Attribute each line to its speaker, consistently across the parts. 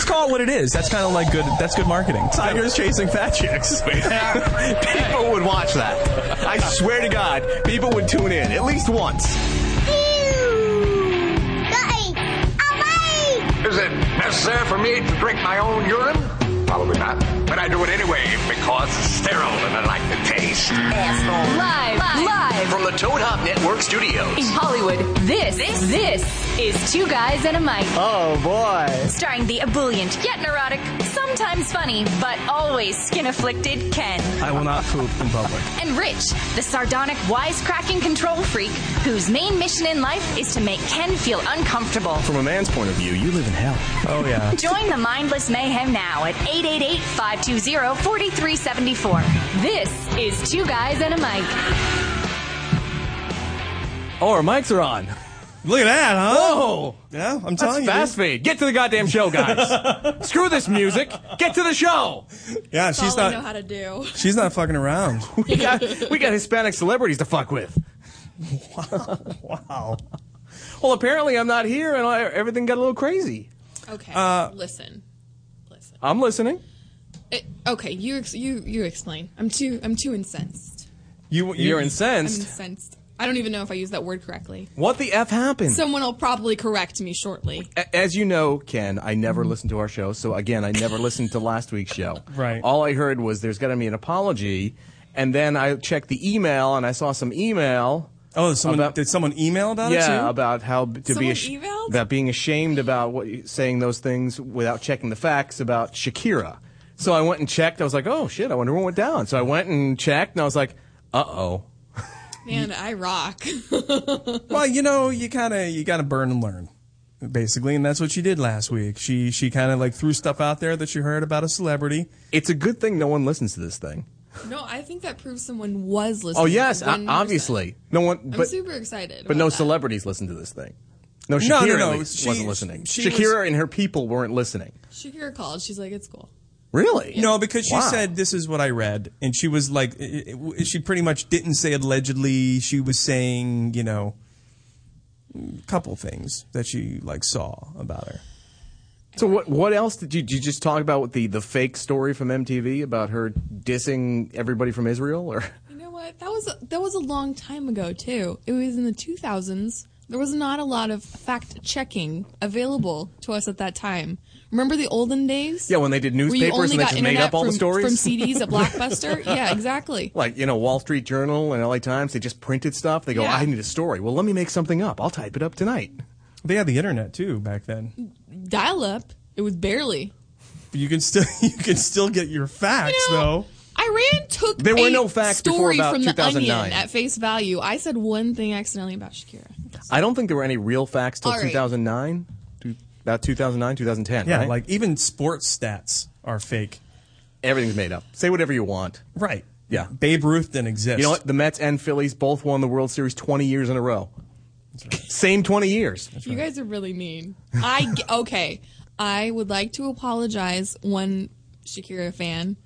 Speaker 1: call it what it is. That's kind of like good. That's good marketing. Tigers chasing fat chicks.
Speaker 2: people would watch that. I swear to God, people would tune in at least once.
Speaker 3: Is it necessary for me to drink my own urine? Probably not. But I do it anyway because it's sterile and I like the taste.
Speaker 4: Live, live,
Speaker 5: From the Toad Hop Network
Speaker 4: in
Speaker 5: Studios.
Speaker 4: Hollywood. This, this, this is Two Guys and a Mic.
Speaker 2: Oh boy.
Speaker 4: Starring the ebullient yet neurotic, sometimes funny, but always skin afflicted Ken.
Speaker 1: I will not poop in public.
Speaker 4: And Rich, the sardonic, wisecracking control freak whose main mission in life is to make Ken feel uncomfortable.
Speaker 2: From a man's point of view, you live in hell.
Speaker 1: Oh yeah.
Speaker 4: Join the mindless mayhem now at 888 520 4374. This is Two Guys and a Mic.
Speaker 6: Oh, our mics are on.
Speaker 7: Look at that, huh?
Speaker 6: Oh,
Speaker 7: Yeah, I'm
Speaker 6: that's
Speaker 7: telling
Speaker 6: fast fade. Get to the goddamn show, guys. Screw this music. Get to the show.
Speaker 7: you. Yeah, she's
Speaker 8: all I know
Speaker 7: not.
Speaker 8: how to do.
Speaker 7: She's not fucking around.
Speaker 6: We got, we got Hispanic celebrities to fuck with.
Speaker 7: wow.
Speaker 6: Well, apparently I'm not here, and I, everything got a little crazy.
Speaker 8: Okay, listen, listen.
Speaker 6: I'm listening.
Speaker 8: It, okay, you ex- you you explain. I'm too I'm too incensed.
Speaker 7: You, you
Speaker 6: You're
Speaker 8: I'm
Speaker 6: incensed.
Speaker 8: incensed. I don't even know if I used that word correctly.
Speaker 6: What the f happened?
Speaker 8: Someone will probably correct me shortly.
Speaker 6: A- As you know, Ken, I never
Speaker 8: Mm-hmm.
Speaker 6: listened to our show, so again, I never listened to last week's show.
Speaker 7: Right.
Speaker 6: All I heard was there's going to be an apology, and then I checked the email and I saw some email.
Speaker 7: Oh, someone
Speaker 6: About-
Speaker 7: did someone email about it too?
Speaker 6: yeah, about how b- to be
Speaker 8: Oh, Someone
Speaker 6: ash-
Speaker 8: emailed?
Speaker 6: about being ashamed about what you- saying those things without checking the facts about Shakira. So I went and checked. I was like, oh shit, I wonder what went down. So I went and checked, and I was like, uh oh.
Speaker 8: Man, I rock.
Speaker 7: Well, you know, you kind of you got to burn and learn, basically, and that's what she did last week. She she kind of like threw stuff out there that she heard about a celebrity.
Speaker 6: It's a good thing no one listens to this thing.
Speaker 8: no, I think that proves someone was listening.
Speaker 6: Oh yes, o-
Speaker 8: 1%.
Speaker 6: obviously. No one.
Speaker 8: I'm
Speaker 6: but,
Speaker 8: super excited.
Speaker 6: But no
Speaker 8: about that.
Speaker 6: celebrities listened to this thing. No, Shakira
Speaker 7: no, no.
Speaker 6: at least
Speaker 7: She-
Speaker 6: wasn't listening.
Speaker 7: she
Speaker 6: Shakira and her people weren't listening.
Speaker 8: Shakira called. She's like, it's cool.
Speaker 6: Really?
Speaker 7: No, because she
Speaker 6: Wow.
Speaker 7: said this is what I read, and she was like, it- it- she pretty much didn't say allegedly. She was saying, you know, a couple things that she like saw about her.
Speaker 6: So what? What else did you, did you just talk about? With the the fake story from MTV about her dissing everybody from Israel, or
Speaker 8: You know what? That was a, that was a long time ago too. It was in the 2000s. There was not a lot of fact checking available to us at that time. Remember the olden days?
Speaker 6: yeah, when they did
Speaker 8: Where you
Speaker 6: newspapers and
Speaker 8: only
Speaker 6: they
Speaker 8: got
Speaker 6: just
Speaker 8: internet
Speaker 6: made up all
Speaker 8: from,
Speaker 6: the stories
Speaker 8: from CDs at Blockbuster. yeah, exactly.
Speaker 6: Like you know, Wall Street Journal and LA Times, they just printed stuff. They go,
Speaker 8: Yeah.
Speaker 6: "I need a story." Well, let me make something up. I'll type it up tonight.
Speaker 7: They had the internet too back then.
Speaker 8: Dial up. It was barely.
Speaker 7: But you can still you can still get your facts
Speaker 8: You know,
Speaker 7: though.
Speaker 8: Iran took
Speaker 6: There were
Speaker 8: a
Speaker 6: no facts before
Speaker 8: story
Speaker 6: about
Speaker 8: from the
Speaker 6: 2009.
Speaker 8: Onion at face value. I said one thing accidentally about Shakira.
Speaker 6: I don't think there were any real facts till
Speaker 8: All right.
Speaker 6: 2009, to- about 2009, 2010.
Speaker 7: Yeah,
Speaker 6: right?
Speaker 7: like even sports stats are fake.
Speaker 6: everything's made up. Say whatever you want.
Speaker 7: Right.
Speaker 6: Yeah.
Speaker 7: Babe Ruth didn't exist.
Speaker 6: You know what? The Mets and Phillies both won the World Series 20 years in a row. Same 20 years.
Speaker 8: You guys are really mean. I g- okay. I would like to apologize one Shakira fan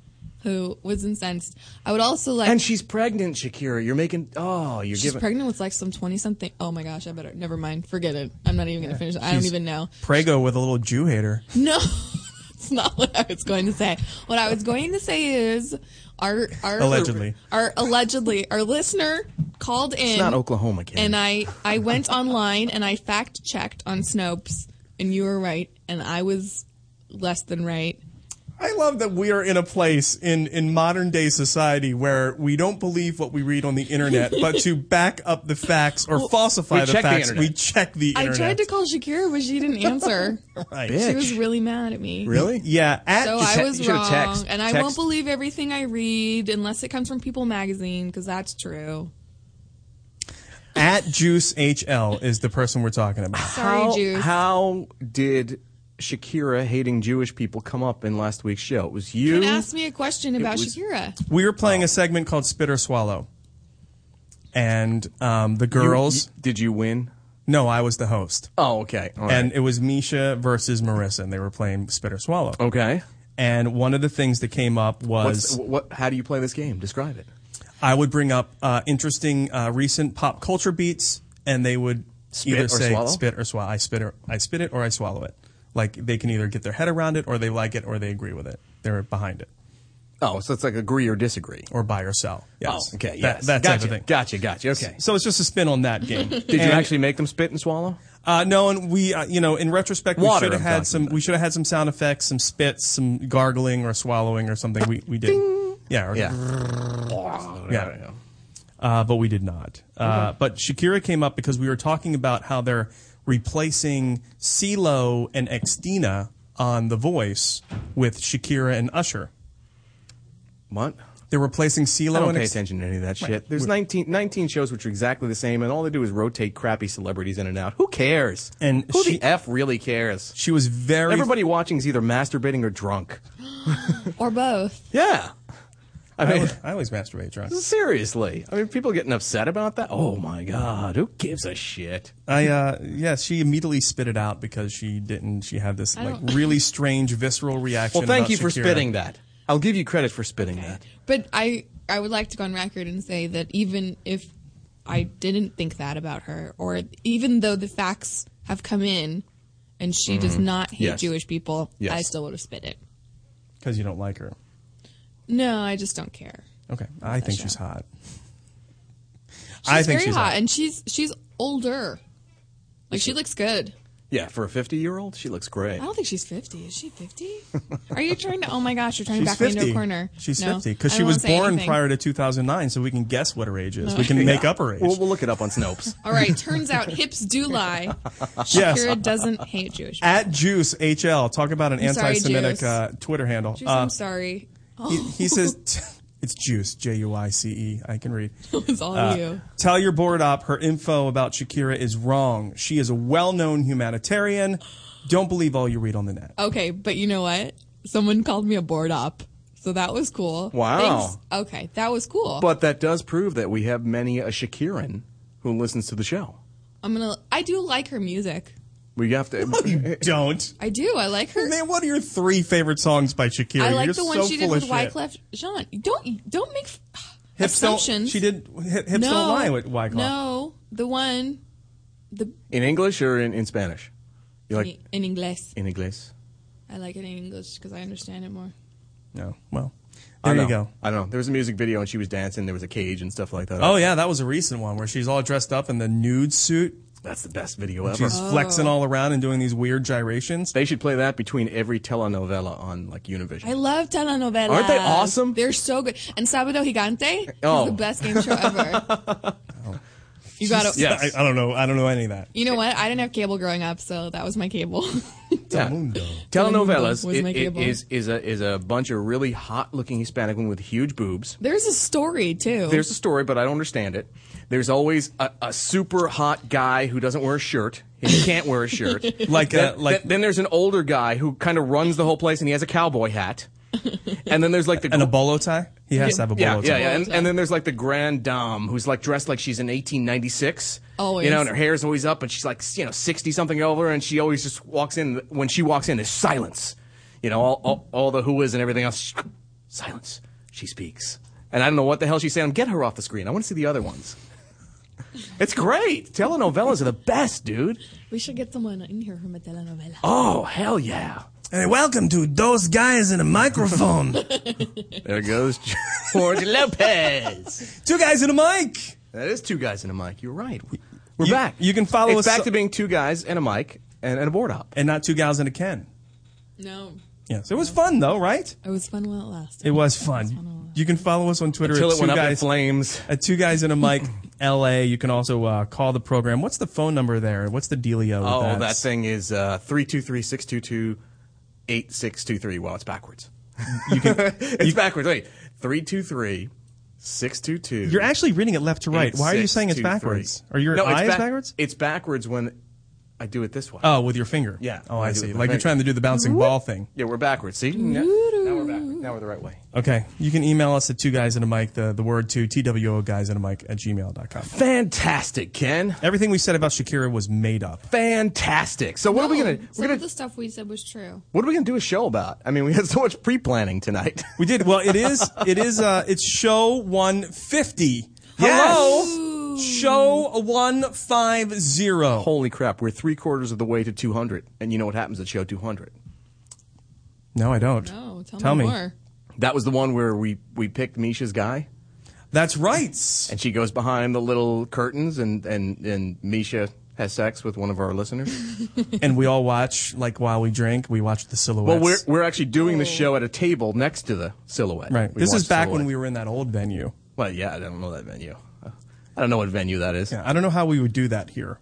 Speaker 8: who was incensed. I would also like
Speaker 6: And she's pregnant, Shakira. You're making oh, you're
Speaker 8: she's
Speaker 6: giving
Speaker 8: pregnant with like some twenty something. Oh my gosh! I better never mind. Forget it. I'm not even gonna finish. I don't
Speaker 7: she's-
Speaker 8: even know.
Speaker 7: Prego with a little Jew hater.
Speaker 8: No, that's not what I was going to say. What I was going to say is our our
Speaker 7: Allegedly.
Speaker 8: our allegedly our listener called in.
Speaker 6: It's not Oklahoma, Ken.
Speaker 8: And I I went online and I fact checked on Snopes, and you were right, and I was less than right.
Speaker 7: I love that we are in a place in, in modern day society where we don't believe what we read on the internet, but to back up the facts or falsify
Speaker 6: we
Speaker 7: the
Speaker 6: check the
Speaker 7: facts, we
Speaker 6: internet.
Speaker 7: check the internet.
Speaker 8: I tried to call Shakira, but she didn't answer.
Speaker 7: Right.
Speaker 8: she was really mad at me.
Speaker 6: really?
Speaker 7: Yeah. At
Speaker 8: So
Speaker 7: the
Speaker 8: I
Speaker 7: te-
Speaker 8: was
Speaker 6: you should've
Speaker 8: wrong,
Speaker 6: text-
Speaker 8: and I
Speaker 6: text-
Speaker 8: won't believe everything I read unless it comes from People Magazine because that's true.
Speaker 7: at Juice HL is the person we're talking about.
Speaker 8: Sorry,
Speaker 6: How,
Speaker 8: Juice.
Speaker 6: how did Shakira hating Jewish people come up in last week's show? It was you.
Speaker 8: and ask me a question about
Speaker 6: was-
Speaker 8: Shakira.
Speaker 7: We were playing a segment called Spit or Swallow. And um, the
Speaker 6: You-
Speaker 7: girls.
Speaker 6: you- did you win?
Speaker 7: no, I was the host.
Speaker 6: Oh, okay. All right.
Speaker 7: And it was Misha versus Marissa, and they were playing Spit or Swallow.
Speaker 6: okay.
Speaker 7: And one of the things that came up
Speaker 6: Oh. What's,
Speaker 7: was
Speaker 6: what? How do you play this game? Describe it.
Speaker 7: I would bring up uh, interesting uh, recent pop culture beats, and they would
Speaker 6: Spit
Speaker 7: either
Speaker 6: or
Speaker 7: say
Speaker 6: swallow?
Speaker 7: spit or swallow. I spit or I spit it or I swallow it, like they can either get their head around it or they like it or they agree with it. They're behind it
Speaker 6: Oh, so it's like agree or disagree.
Speaker 7: or buy or sell. Yes.
Speaker 6: Oh, okay,
Speaker 7: That-
Speaker 6: yes.
Speaker 7: that type
Speaker 6: gotcha,
Speaker 7: of thing.
Speaker 6: Gotcha, gotcha. Okay.
Speaker 7: So it's just a spin on that game.
Speaker 6: Did you actually make them spit and swallow?
Speaker 7: Uh, no, and we, uh, you know, in retrospect,
Speaker 6: Water,
Speaker 7: we should have
Speaker 6: I'm
Speaker 7: had
Speaker 6: talking
Speaker 7: some. We should have had some sound effects, some spits, some gargling or swallowing or something. We we did. Yeah. Or,
Speaker 6: Yeah.
Speaker 7: yeah. Uh, but we did not. Uh, But Shakira came up because we were talking about how they're replacing CeeLo and Xtina on The Voice with Shakira and Usher.
Speaker 6: What?
Speaker 7: They're replacing CeeLo
Speaker 6: I don't
Speaker 7: and
Speaker 6: pay
Speaker 7: X-
Speaker 6: attention to any of that shit.
Speaker 7: Right.
Speaker 6: There's 19, 19 shows which are exactly the same, and all they do is rotate crappy celebrities in and out. Who cares?
Speaker 7: And
Speaker 6: who
Speaker 7: she-
Speaker 6: the f really cares?
Speaker 7: She was very.
Speaker 6: Everybody watching is either masturbating or drunk.
Speaker 8: or both.
Speaker 6: Yeah. I
Speaker 7: I
Speaker 6: mean,
Speaker 7: always, I always masturbate drunk.
Speaker 6: seriously. I mean, people getting upset about that. Oh my god, who gives a shit?
Speaker 7: I uh yeah, she immediately spit it out because she didn't she had this like
Speaker 8: don't-
Speaker 7: really strange visceral reaction.
Speaker 6: Well, thank
Speaker 7: about
Speaker 6: you for
Speaker 7: Shakira.
Speaker 6: spitting that. I'll give you credit for spitting that.
Speaker 8: But I, I would like to go on record and say that even if I didn't think that about her, or even though the facts have come in and she does
Speaker 7: Mm-hmm.
Speaker 8: not hate
Speaker 6: Yes.
Speaker 8: Jewish people,
Speaker 6: Yes.
Speaker 8: I still would have spit it.
Speaker 7: because you don't like her.
Speaker 8: No, I just don't care.
Speaker 7: Okay. I think
Speaker 8: show.
Speaker 7: she's hot.
Speaker 8: She's
Speaker 7: I think
Speaker 8: very
Speaker 7: she's
Speaker 8: hot, and she's she's older. Like she looks good.
Speaker 6: Yeah, for a 50-year-old, she looks great.
Speaker 8: I don't think she's fifty. Is she fifty? Are you trying to? Oh my gosh, you're trying
Speaker 7: She's
Speaker 8: to back me into a corner.
Speaker 7: She's
Speaker 8: No,
Speaker 7: 50 because
Speaker 8: I
Speaker 7: she
Speaker 8: don't
Speaker 7: was
Speaker 8: wanna say
Speaker 7: born
Speaker 8: anything.
Speaker 7: prior to 2009, so we can guess what her age is. We can make up her age.
Speaker 6: We'll, we'll look it up on Snopes.
Speaker 8: All right, turns out hips do lie.
Speaker 7: Yes. Uh,
Speaker 8: Shakira doesn't hate Jewish. people.
Speaker 7: At Juice HL, talk about an
Speaker 8: I'm sorry,
Speaker 7: anti-Semitic
Speaker 8: Juice.
Speaker 7: uh, Twitter handle.
Speaker 8: Jews,
Speaker 7: Uh,
Speaker 8: I'm sorry.
Speaker 7: he, he says it's Juice J U I C E. I can read. Uh,
Speaker 8: It's all you.
Speaker 7: Tell your board op her info about Shakira is wrong. She is a well known humanitarian. Don't believe all you read on the net.
Speaker 8: Okay, but you know what? Someone called me a board op, so that was cool.
Speaker 6: Wow.
Speaker 8: Thanks. Okay, that was cool.
Speaker 6: But that does prove that we have many a Shakiran who listens to the show.
Speaker 8: I'm gonna. I do like her music.
Speaker 6: We have to.
Speaker 7: You don't.
Speaker 8: I do. I like her.
Speaker 7: Man, what are your three favorite songs by Shakira?
Speaker 8: I
Speaker 7: You're
Speaker 8: like the
Speaker 7: so
Speaker 8: one she did
Speaker 7: full
Speaker 8: with
Speaker 7: of shit.
Speaker 8: Wyclef Jean. Don't don't make f-
Speaker 7: Hips don't-
Speaker 8: assumptions.
Speaker 7: she did hi- Hips
Speaker 8: no,
Speaker 7: Don't Lie with Wyclef.
Speaker 8: No, the one
Speaker 6: in English or in, in Spanish? You like
Speaker 8: in English.
Speaker 6: in English?
Speaker 8: I like it in English because I understand it more.
Speaker 7: No. Well,
Speaker 6: I
Speaker 7: there you
Speaker 6: don't know.
Speaker 7: go.
Speaker 6: I don't know. There was a music video and she was dancing. There was a cage and stuff like that.
Speaker 7: Oh, yeah, that was a recent one where she's all dressed up in the nude suit.
Speaker 6: that's the best video ever.
Speaker 8: Oh.
Speaker 7: She's flexing all around and doing these weird gyrations.
Speaker 6: They should play that between every telenovela on like Univision.
Speaker 8: I love telenovelas.
Speaker 6: Aren't they awesome?
Speaker 8: They're so good. And Sabado Gigante is
Speaker 6: Oh.
Speaker 8: the best game show ever. You gotta.
Speaker 6: Yes.
Speaker 7: I, I don't know. I don't know any of that.
Speaker 8: You know what? I didn't have cable growing up, so that was my cable.
Speaker 6: Yeah.
Speaker 7: Telemundo.
Speaker 6: Telenovelas
Speaker 8: Was
Speaker 6: it-
Speaker 8: my
Speaker 6: it
Speaker 8: cable.
Speaker 6: is is a is a bunch of really hot looking Hispanic women with huge boobs.
Speaker 8: There's a story too.
Speaker 6: There's a story, but I don't understand it. There's always a, a super hot guy who doesn't wear a shirt. He can't wear a shirt.
Speaker 7: Like, uh,
Speaker 6: Then-
Speaker 7: like
Speaker 6: then, then there's an older guy who kind of runs the whole place, and he has a cowboy hat. And then there's like the
Speaker 7: and a bolo tie? He has to have a
Speaker 6: yeah,
Speaker 7: bolo
Speaker 6: yeah,
Speaker 7: tie.
Speaker 6: yeah. And, and then there's like the grand dame who's like dressed like she's in 1896.
Speaker 8: Always.
Speaker 6: you know, and her hair's always up, and she's like you know 60 something over, and she always just walks in. When she walks in, there's silence. You know, all all, all the who is and everything else. shh, Silence. She speaks, and I don't know what the hell she's saying. Get her off the screen. I want to see the other ones. It's great. Telenovelas are the best, dude.
Speaker 8: we should get someone in here from a telenovela.
Speaker 6: Oh hell yeah!
Speaker 7: Hey, welcome to those guys in a microphone.
Speaker 6: There goes George Lopez.
Speaker 7: Two guys in a mic.
Speaker 6: That is two guys and a mic. You're right. We're
Speaker 7: You-
Speaker 6: back.
Speaker 7: you can follow
Speaker 6: it's
Speaker 7: us
Speaker 6: back
Speaker 7: so-
Speaker 6: to being two guys and a mic and, and a board op.
Speaker 7: And not two gals in a Ken.
Speaker 8: No,
Speaker 7: Yes. It was fun though, right?
Speaker 8: it was fun while it lasted.
Speaker 7: It was
Speaker 8: fun while it
Speaker 7: fun.
Speaker 8: lasted.
Speaker 7: You can follow us on Twitter
Speaker 6: Till
Speaker 7: at
Speaker 6: it
Speaker 7: two
Speaker 6: went up in
Speaker 7: guys
Speaker 6: flames.
Speaker 7: at two guys in a mic LA. You can also uh, call the program. What's the phone number there? What's the dealio? with
Speaker 6: Oh,
Speaker 7: that?
Speaker 6: that thing is uh, 323-622-8623. Well, it's backwards.
Speaker 7: You can,
Speaker 6: It's backwards. Wait. 323-622.
Speaker 7: you're actually reading it left to right. Why are you saying it's
Speaker 6: 8623.
Speaker 7: backwards? Are your
Speaker 6: no, it's
Speaker 7: eyes
Speaker 6: back-
Speaker 7: backwards?
Speaker 6: It's backwards when I do it this way.
Speaker 7: Oh, with your finger.
Speaker 6: Yeah,
Speaker 7: Oh,
Speaker 6: I
Speaker 7: I
Speaker 6: do
Speaker 7: see.
Speaker 6: it with my
Speaker 7: Like you're
Speaker 6: finger.
Speaker 7: trying to do the bouncing ball thing.
Speaker 6: Yeah, we're backwards. See? Now, now we're backwards. Now we're the right way.
Speaker 7: Okay. You can email us at two guys in a mic, the, the word two, TWO guys in a mic at gmail.com.
Speaker 6: Fantastic, Ken.
Speaker 7: Everything we said about Shakira was made up.
Speaker 6: Fantastic. So what are we
Speaker 8: No,
Speaker 6: gonna
Speaker 8: Some
Speaker 6: we're gonna
Speaker 8: of the stuff we said was true.
Speaker 6: What are we going to do a show about? I mean, we had so much pre-planning tonight.
Speaker 7: We did. Well, it is. It is. Uh, it's show one fifty.
Speaker 6: Yes.
Speaker 7: Hello. show 150.
Speaker 6: Holy crap, we're three quarters of the way to 200. And you know what happens at show 200?
Speaker 7: No, I don't.
Speaker 8: No, tell,
Speaker 7: tell
Speaker 8: me, more.
Speaker 6: That was the one where we, we picked Misha's guy,
Speaker 7: That's right.
Speaker 6: and she goes behind the little curtains, and, and, and Misha has sex with one of our listeners.
Speaker 7: and we all watch, like, while we drink, we watch the
Speaker 6: well,
Speaker 7: silhouettes.
Speaker 6: we're, we're actually doing the show at a table next to the silhouette.
Speaker 7: right.
Speaker 6: We
Speaker 7: this is
Speaker 6: watched
Speaker 7: back
Speaker 6: Silhouette.
Speaker 7: when we were in that old venue.
Speaker 6: Well, yeah, I don't know that venue. I don't know what venue that is.
Speaker 7: Yeah, I don't know how we would do that here.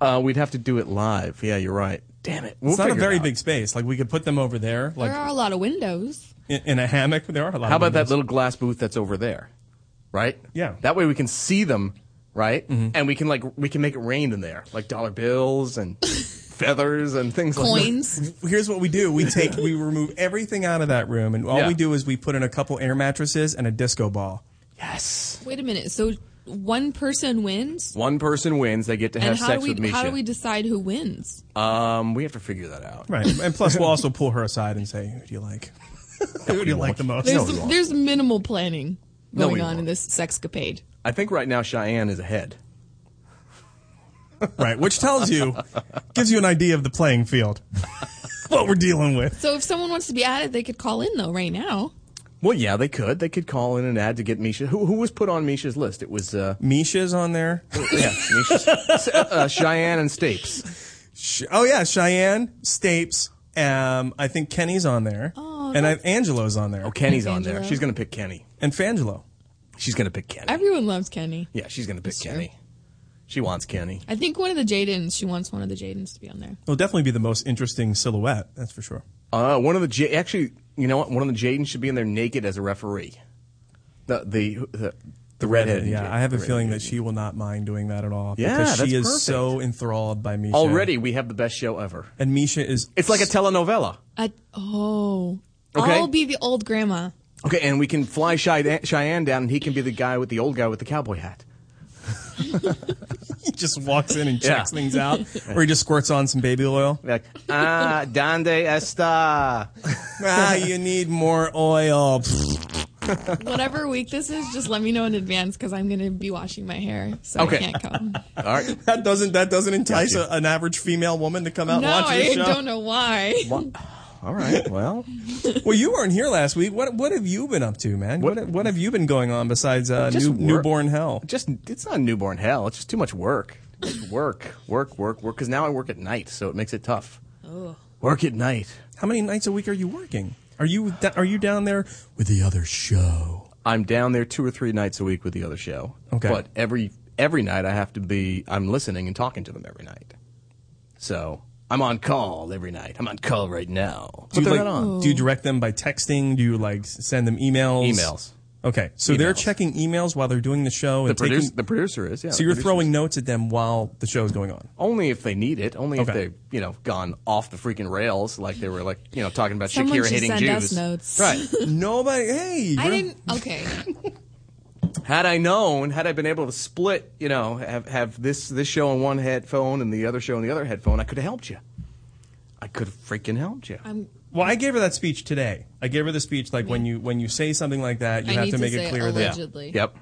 Speaker 6: Uh, we'd have to do it live. Yeah, you're right. Damn it. We'll
Speaker 7: It's not a
Speaker 6: figure it
Speaker 7: very
Speaker 6: out.
Speaker 7: big space. Like, we could put them over there, like
Speaker 8: There are a lot of windows.
Speaker 7: in, in a hammock. There are a lot
Speaker 6: How
Speaker 7: of
Speaker 6: about that
Speaker 7: windows.
Speaker 6: little glass booth that's over there? Right?
Speaker 7: Yeah.
Speaker 6: That way we can see them, right? And we can like we can make it rain in there. Like dollar bills and feathers and things like that.
Speaker 8: Coins.
Speaker 7: Here's what we do we take, we remove everything out of that room, and all
Speaker 6: Yeah.
Speaker 7: we do is we put in a couple air mattresses and a disco ball.
Speaker 6: Yes.
Speaker 8: Wait a minute. So one person wins,
Speaker 6: One person wins, they get to have
Speaker 8: and how
Speaker 6: sex
Speaker 8: do
Speaker 6: with
Speaker 8: we
Speaker 6: Misha.
Speaker 8: how do we decide who wins?
Speaker 6: um we have to figure that out.
Speaker 7: Right. And plus, we'll also pull her aside and say, who do you like? who do you like the most?
Speaker 8: There's there's minimal planning
Speaker 6: No,
Speaker 8: going
Speaker 6: we
Speaker 8: on in
Speaker 6: won't.
Speaker 8: this sexcapade.
Speaker 6: I think right now Cheyenne is ahead.
Speaker 7: Right, which tells you, gives you an idea of the playing field, what we're dealing with.
Speaker 8: So if someone wants to be at it, they could call in though right now.
Speaker 6: Well, yeah, they could. They could call in an ad to get Misha. Who, who was put on Misha's list? It was uh,
Speaker 7: Misha's on there.
Speaker 6: yeah, Misha's, uh, Cheyenne and Stapes.
Speaker 7: Sh- Oh yeah, Cheyenne, Stapes. Um, I think Kenny's on there,
Speaker 8: Oh,
Speaker 7: and I, Angelo's on there,
Speaker 6: Oh, Kenny's on there.
Speaker 8: Angelo.
Speaker 6: She's gonna pick Kenny.
Speaker 7: and Fangelo.
Speaker 6: She's gonna pick Kenny.
Speaker 8: Everyone loves Kenny.
Speaker 6: Yeah, she's gonna pick
Speaker 8: That's
Speaker 6: Kenny.
Speaker 8: true.
Speaker 6: She wants Kenny.
Speaker 8: I think one of the Jadens. She wants one of the Jadens to be on there.
Speaker 7: It'll definitely be the most interesting silhouette, that's for sure.
Speaker 6: Uh, one of the J- actually, you know what? One of the Jaden should be in there naked as a referee. The the the, the redhead.
Speaker 7: Yeah, I have a feeling that she will not mind doing that at all
Speaker 6: Yeah,
Speaker 7: because she
Speaker 6: that's
Speaker 7: is
Speaker 6: perfect.
Speaker 7: so enthralled by Misha
Speaker 6: Already, we have the best show ever.
Speaker 7: And Misha is
Speaker 6: It's like a telenovela.
Speaker 8: I, oh,
Speaker 6: Okay.
Speaker 8: I'll be the old grandma.
Speaker 6: Okay, and we can fly Cheyenne Cheyenne down, and he can be the guy with the old guy with the cowboy hat.
Speaker 7: he just walks in and
Speaker 6: Yeah.
Speaker 7: checks things out, or he just squirts on some baby oil.
Speaker 6: Like, ah, donde esta?
Speaker 7: ah, you need more oil.
Speaker 8: Whatever week this is, just let me know in advance because I'm gonna be washing my hair, so
Speaker 6: Okay.
Speaker 8: I can't come.
Speaker 6: All right.
Speaker 7: That doesn't that doesn't entice a, an average female woman to come out
Speaker 8: no,
Speaker 7: and watch
Speaker 8: I
Speaker 7: this show.
Speaker 8: don't know why.
Speaker 6: All right. Well,
Speaker 7: Well, you weren't here last week. What what have you been up to, man? What what have you been going on besides uh,
Speaker 6: Just
Speaker 7: new,
Speaker 6: work.
Speaker 7: newborn hell?
Speaker 6: just it's not newborn hell. It's just too much work. Just work, work, work, work. Because now I work at night, so it makes it tough. Work at night.
Speaker 7: How many nights a week are you working? Are you da- are you down there with the other show?
Speaker 6: I'm down there two or three nights a week with the other show.
Speaker 7: Okay.
Speaker 6: But every every night I have to be I'm listening and talking to them every night. So I'm on call every night. I'm on call right now.
Speaker 7: Do
Speaker 6: But
Speaker 7: you,
Speaker 6: they're
Speaker 7: like,
Speaker 6: not on.
Speaker 8: Oh.
Speaker 7: do you direct them by texting? Do you like s- send them emails?
Speaker 6: Emails.
Speaker 7: Okay, so they're
Speaker 6: Emails.
Speaker 7: checking emails while they're doing the show
Speaker 6: The,
Speaker 7: and taking.
Speaker 6: produce, the producer is, yeah.
Speaker 7: so you're
Speaker 6: the producer-
Speaker 7: throwing notes at them while the show's going on.
Speaker 6: only if they need it, only if
Speaker 7: Okay.
Speaker 6: they've, you know, gone off the freaking rails like they were like, you know, talking about
Speaker 8: Someone
Speaker 6: Shakira
Speaker 8: should
Speaker 6: hitting
Speaker 8: send
Speaker 6: Jews.
Speaker 8: us notes.
Speaker 6: Right.
Speaker 7: Nobody. Hey,
Speaker 8: I
Speaker 7: you're-
Speaker 8: didn't. Okay,
Speaker 6: had I known, had I been able to split, you know, have have this this show on one headphone and the other show on the other headphone, I could have helped you. I could have freaking helped you.
Speaker 8: I'm.
Speaker 7: Well, I gave her that speech today. I gave her the speech like when you when you say something like that, you
Speaker 8: I
Speaker 7: have
Speaker 8: need
Speaker 7: to
Speaker 8: to
Speaker 7: make
Speaker 8: say
Speaker 7: it clear that
Speaker 8: allegedly.
Speaker 6: Yep.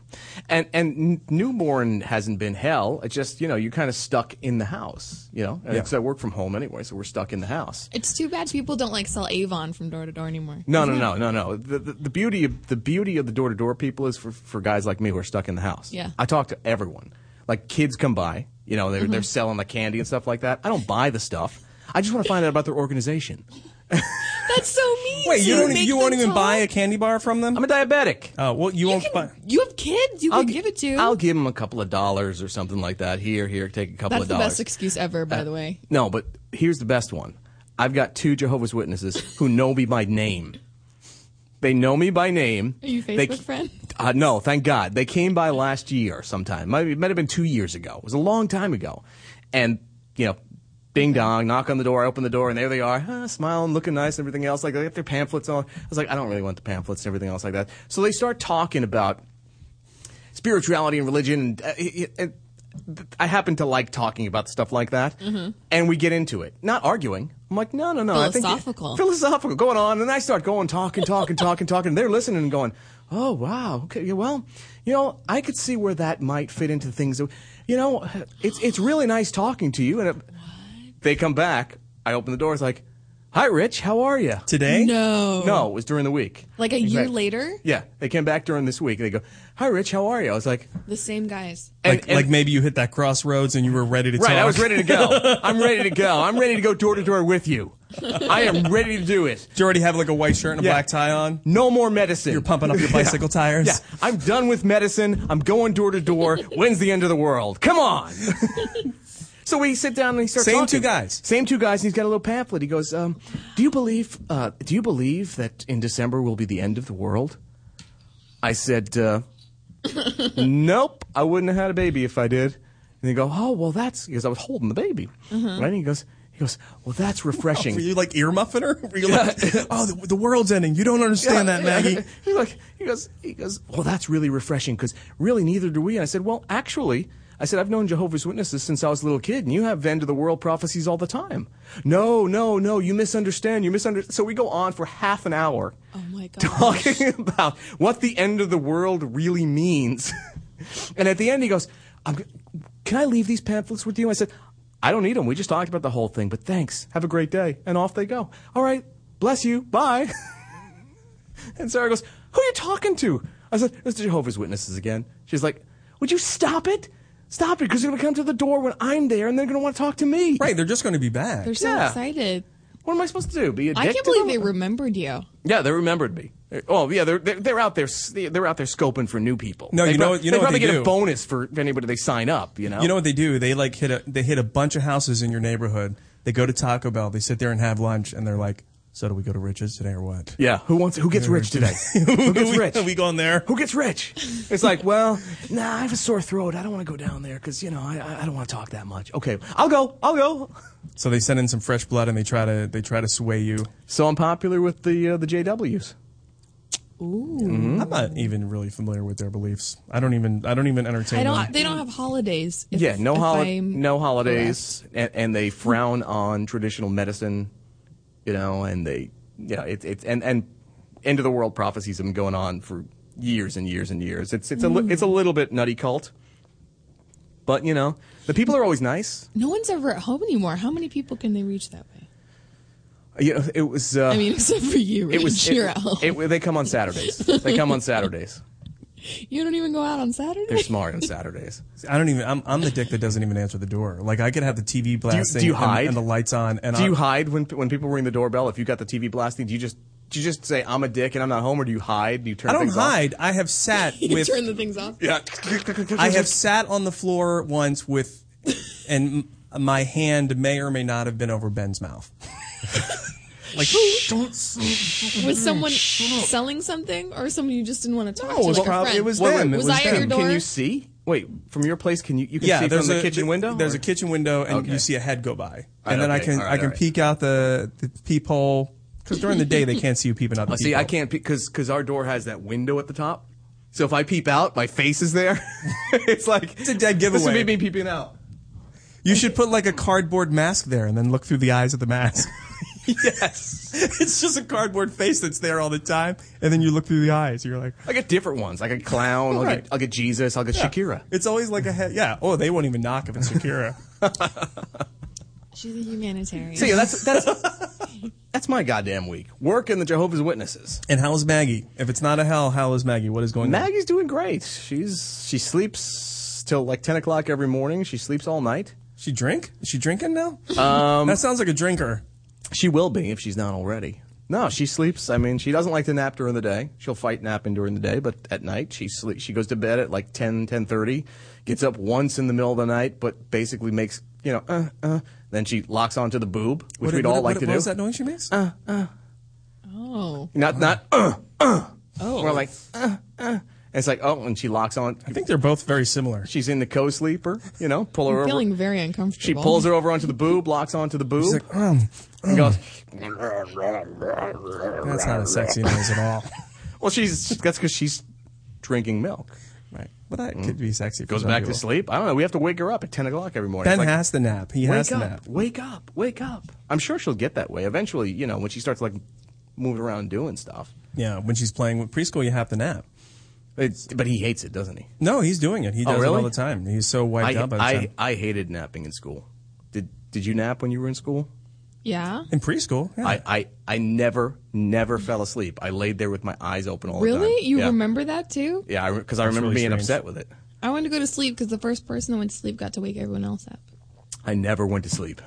Speaker 6: And and n- newborn hasn't been hell. It's just you know you're kind of stuck in the house. You know, because I work from home anyway, so we're stuck in the house.
Speaker 8: It's too bad people don't like sell Avon from door to door anymore.
Speaker 6: No, no, no, no, no. The, the, the beauty of the beauty of the door to door people is for, for guys like me who are stuck in the house.
Speaker 8: Yeah.
Speaker 6: I talk to everyone. Like kids come by, you know, they're
Speaker 8: Mm-hmm.
Speaker 6: they're selling the candy and stuff like that. I don't buy the stuff. I just want to find out about their organization.
Speaker 8: That's so mean.
Speaker 7: Wait, you
Speaker 8: to
Speaker 7: don't e-
Speaker 8: make
Speaker 7: you won't
Speaker 8: them
Speaker 7: even
Speaker 8: talk.
Speaker 7: buy a candy bar from them?
Speaker 6: I'm a diabetic.
Speaker 7: Oh, well, you,
Speaker 8: You,
Speaker 7: won't
Speaker 8: can,
Speaker 7: buy.
Speaker 8: you have kids. You can
Speaker 6: gi-
Speaker 8: give it to.
Speaker 6: I'll give them a couple of dollars or something like that. Here, here, take a couple
Speaker 8: That's
Speaker 6: of
Speaker 8: the
Speaker 6: dollars.
Speaker 8: best excuse ever, by
Speaker 7: Uh,
Speaker 8: the way.
Speaker 6: No, but here's the best one. I've got two Jehovah's Witnesses who know me by name. They know me by name.
Speaker 8: Are you Facebook
Speaker 6: They-
Speaker 8: friend?
Speaker 6: Uh, no, thank God. They came by last year sometime. Might, it might have been two years ago. It was a long time ago. And, you know, ding dong, knock on the door, I open the door, and there they are, huh, smiling, looking nice, and everything else. Like, they got their pamphlets on. I was like, I don't really want the pamphlets and everything else like that. So they start talking about spirituality and religion. And, uh, it- it- I happen to like talking about stuff like that,
Speaker 8: Mm-hmm.
Speaker 6: and we get into it, not arguing. I'm like, no, no, no. I think-
Speaker 8: Philosophical.
Speaker 6: philosophical, going on, and I start going talking, talking, talking, talking. They're listening and going, oh wow, okay, yeah, well, you know, I could see where that might fit into things. that- You know, it's it's really nice talking to you. And it, they come back. I open the door. It's like, hi, Rich, how are you?
Speaker 7: Today?
Speaker 8: No.
Speaker 6: No, it was during the week.
Speaker 8: Like a year
Speaker 6: Exact-
Speaker 8: later,
Speaker 6: Yeah, they came back during this week. They go, hi, Rich, how are you? I was like,
Speaker 8: the same guys.
Speaker 6: and-
Speaker 7: Like,
Speaker 6: and-
Speaker 7: like maybe you hit that crossroads and you were ready to talk.
Speaker 6: Right, I was ready to go. I'm ready to go. I'm ready to go door to door with you. I am ready to do it.
Speaker 7: Did you already have like a white shirt and a
Speaker 6: Yeah.
Speaker 7: black tie on?
Speaker 6: No more medicine.
Speaker 7: You're pumping up your bicycle tires.
Speaker 6: Yeah, I'm done with medicine. I'm going door to door. When's the end of the world? Come on. so we sit down and he starts
Speaker 7: Same
Speaker 6: talking.
Speaker 7: two guys.
Speaker 6: Same two guys. And he's got a little pamphlet. He goes, um, "Do you believe? Uh, do you believe that in December will be the end of the world?" I said, uh, "Nope. I wouldn't have had a baby if I did." And they go, "Oh, well, that's because I was holding the baby." Right? And he goes, "He goes, well, that's refreshing."
Speaker 7: Were you like ear muffing her? Were you like, oh, the, the world's ending. You don't understand that, Maggie.
Speaker 6: he like he goes he goes. Well, that's really refreshing because really neither do we. And I said, well, actually, I said I've known Jehovah's Witnesses since I was a little kid, and you have end of the world prophecies all the time. No, no, no, you misunderstand. You misunderstand. So we go on for half an hour
Speaker 8: Oh my god.
Speaker 6: talking about what the end of the world really means. and at the end, he goes, I'm, g- "Can I leave these pamphlets with you?" I said, "I don't need them. We just talked about the whole thing, but thanks. Have a great day." And off they go. All right, bless you. Bye. and Sarah goes, "Who are you talking to?" I said, "It's the Jehovah's Witnesses again." She's like, "Would you stop it? Stop it, because you're gonna come to the door when I'm there, and they're gonna want to talk to me."
Speaker 7: Right, they're just going to be back.
Speaker 8: They're so
Speaker 6: Yeah.
Speaker 8: excited.
Speaker 6: What am I supposed to do? Be a dick
Speaker 8: I can't
Speaker 6: to
Speaker 8: believe
Speaker 6: them?
Speaker 8: they remembered you.
Speaker 6: Yeah, they remembered me. They're- Oh, yeah, they're they're, they're out there s- they're out there scoping for new people.
Speaker 7: No,
Speaker 6: they
Speaker 7: you know
Speaker 6: prob-
Speaker 7: what- you
Speaker 6: they
Speaker 7: know what
Speaker 6: probably
Speaker 7: they
Speaker 6: get a
Speaker 7: do.
Speaker 6: bonus for anybody they sign up. You know,
Speaker 7: You know what they do? They like hit a they hit a bunch of houses in your neighborhood. They go to Taco Bell. They sit there and have lunch, and they're like, "So do we go to Rich's today or what?"
Speaker 6: Yeah, who wants who gets rich today? who gets
Speaker 7: we,
Speaker 6: rich?
Speaker 7: We going there?
Speaker 6: Who gets rich? It's like, well, nah, I have a sore throat. I don't want to go down there because you know I- I I don't want to talk that much. Okay, I'll go. I'll go.
Speaker 7: So they send in some fresh blood, and they try to they try to sway you.
Speaker 6: So I'm popular with the uh, the JWs.
Speaker 7: I'm
Speaker 6: Mm.
Speaker 7: not even really familiar with their beliefs. I don't even I don't even entertain
Speaker 8: I don't.
Speaker 7: them.
Speaker 8: They don't have holidays. If,
Speaker 6: Yeah, no
Speaker 8: if
Speaker 6: holi-
Speaker 8: I'm
Speaker 6: no holidays, and, and they frown on traditional medicine, you know, and they, yeah, it's it's and and end of the world prophecies have been going on for years and years and years. It's it's a li-
Speaker 8: Mm.
Speaker 6: it's a little bit nutty cult, but you know, the people are always nice.
Speaker 8: No one's ever at home anymore. How many people can they reach that way?
Speaker 6: You know, it was. Uh,
Speaker 8: I mean, except for you, Rich.
Speaker 6: it was.
Speaker 8: You're
Speaker 6: It,
Speaker 8: out.
Speaker 6: it- they come on Saturdays. they come on Saturdays.
Speaker 8: you don't even go out on Saturday.
Speaker 6: They're smart on Saturdays.
Speaker 7: I don't even. I'm, I'm the dick that doesn't even answer the door. Like I could have the TV blasting
Speaker 6: do you
Speaker 7: and-
Speaker 6: hide?
Speaker 7: And, the lights on. And
Speaker 6: Do
Speaker 7: I,
Speaker 6: you hide when when people ring the doorbell? If you got the TV blasting, do you just do you just say I'm a dick and I'm not home, or do you hide? Do you turn
Speaker 7: I don't
Speaker 6: things off?
Speaker 7: hide. I have sat
Speaker 8: You
Speaker 7: with
Speaker 8: turn the things off.
Speaker 6: Yeah.
Speaker 7: I have sat on the floor once with, and m- my hand may or may not have been over Ben's mouth. like,
Speaker 8: Was someone selling something, or someone you just didn't want to talk
Speaker 7: No, it
Speaker 8: to?
Speaker 7: was
Speaker 8: like a
Speaker 7: prob-
Speaker 8: friend?
Speaker 7: it was Well, them. It
Speaker 8: Was,
Speaker 7: was
Speaker 8: I at your
Speaker 7: them.
Speaker 8: door?
Speaker 6: Can you see? Wait, from your place, can you you can
Speaker 7: yeah,
Speaker 6: see
Speaker 7: there's
Speaker 6: from the
Speaker 7: a
Speaker 6: kitchen window?
Speaker 7: There's
Speaker 6: or-
Speaker 7: a kitchen window, and
Speaker 6: Okay.
Speaker 7: you see a head go by,
Speaker 6: Right,
Speaker 7: and then I
Speaker 6: okay.
Speaker 7: can
Speaker 6: All right,
Speaker 7: I can
Speaker 6: all right.
Speaker 7: peek out the the peephole because during the day they can't see you peeping out. The
Speaker 6: Oh, see,
Speaker 7: peephole.
Speaker 6: I can't because because our door has that window at the top. So if I peep out, my face is there. it's like it's
Speaker 7: a dead
Speaker 6: This
Speaker 7: giveaway.
Speaker 6: would be me peeping out.
Speaker 7: You should put like a cardboard mask there, and then look through the eyes of the mask. yes, it's just a cardboard face that's there all the time, and then you look through the eyes. You're like,
Speaker 6: I get different ones. I get clown. I'll,
Speaker 7: Right.
Speaker 6: get, I'll get Jesus. I'll get Shakira.
Speaker 7: It's always like a head. Yeah. Oh, they won't even knock if it's Shakira.
Speaker 8: She's a humanitarian.
Speaker 6: See, that's that's that's my goddamn week. Work and the Jehovah's Witnesses.
Speaker 7: and how's Maggie? If it's not a hell, how is Maggie? What is going on?
Speaker 6: Maggie's doing great. She's she sleeps till like ten o'clock every morning. She sleeps all night.
Speaker 7: She drink? Is she drinking now? Um, that sounds like a drinker.
Speaker 6: She will be if she's not already. No, she sleeps. I mean, she doesn't like to nap during the day. She'll fight napping during the day, but at night she sleep. She goes to bed at like 10, 10.30, gets up once in the middle of the night, but basically makes you know, uh, uh. Then she locks onto the boob, which
Speaker 7: What-
Speaker 6: we'd
Speaker 7: what-
Speaker 6: all like
Speaker 7: what-
Speaker 6: to
Speaker 7: what
Speaker 6: do. Uh.
Speaker 7: was that noise she makes?
Speaker 8: oh,
Speaker 6: Not not uh, uh. Oh. We're like uh, uh. And it's like oh, and she locks on.
Speaker 7: I think they're both very similar. She's
Speaker 6: She's in the co-sleeper, you know. Pull her
Speaker 8: I'm
Speaker 6: over.
Speaker 8: feeling very uncomfortable.
Speaker 6: she pulls her over onto the boob, locks onto the boob,
Speaker 7: like, um,
Speaker 6: and goes.
Speaker 7: that's not a sexy noise at all.
Speaker 6: Well, she's that's because she's drinking milk.
Speaker 7: Right. But that could be sexy. For
Speaker 6: goes
Speaker 7: some
Speaker 6: back to
Speaker 7: people.
Speaker 6: sleep. I don't know. We have to wake her up at ten o'clock every morning.
Speaker 7: Ben
Speaker 6: It's like,
Speaker 7: has to nap. He has
Speaker 6: wake
Speaker 7: to
Speaker 6: up,
Speaker 7: nap.
Speaker 6: wake up, wake up. I'm sure she'll get that way eventually. You know, when she starts like moving around and doing stuff.
Speaker 7: Yeah. When she's playing with preschool, you have to nap.
Speaker 6: It's, but he hates it, doesn't he?
Speaker 7: No, he's doing it. He does it
Speaker 6: Oh, really?
Speaker 7: all the time. He's so
Speaker 6: I,
Speaker 7: wiped out by the
Speaker 6: I,
Speaker 7: time.
Speaker 6: I hated napping in school. Did Did you nap when you were in school?
Speaker 8: Yeah.
Speaker 7: In preschool, yeah.
Speaker 6: I, I, I never never fell asleep. I laid there with my eyes open all the time.
Speaker 8: Really? You
Speaker 6: yeah.
Speaker 8: remember that too?
Speaker 6: Yeah, because I, remember
Speaker 7: really
Speaker 6: being
Speaker 7: strange.
Speaker 6: upset with it.
Speaker 8: I wanted to go to sleep because the first person that went to sleep got to wake everyone else up.
Speaker 6: I never went to sleep.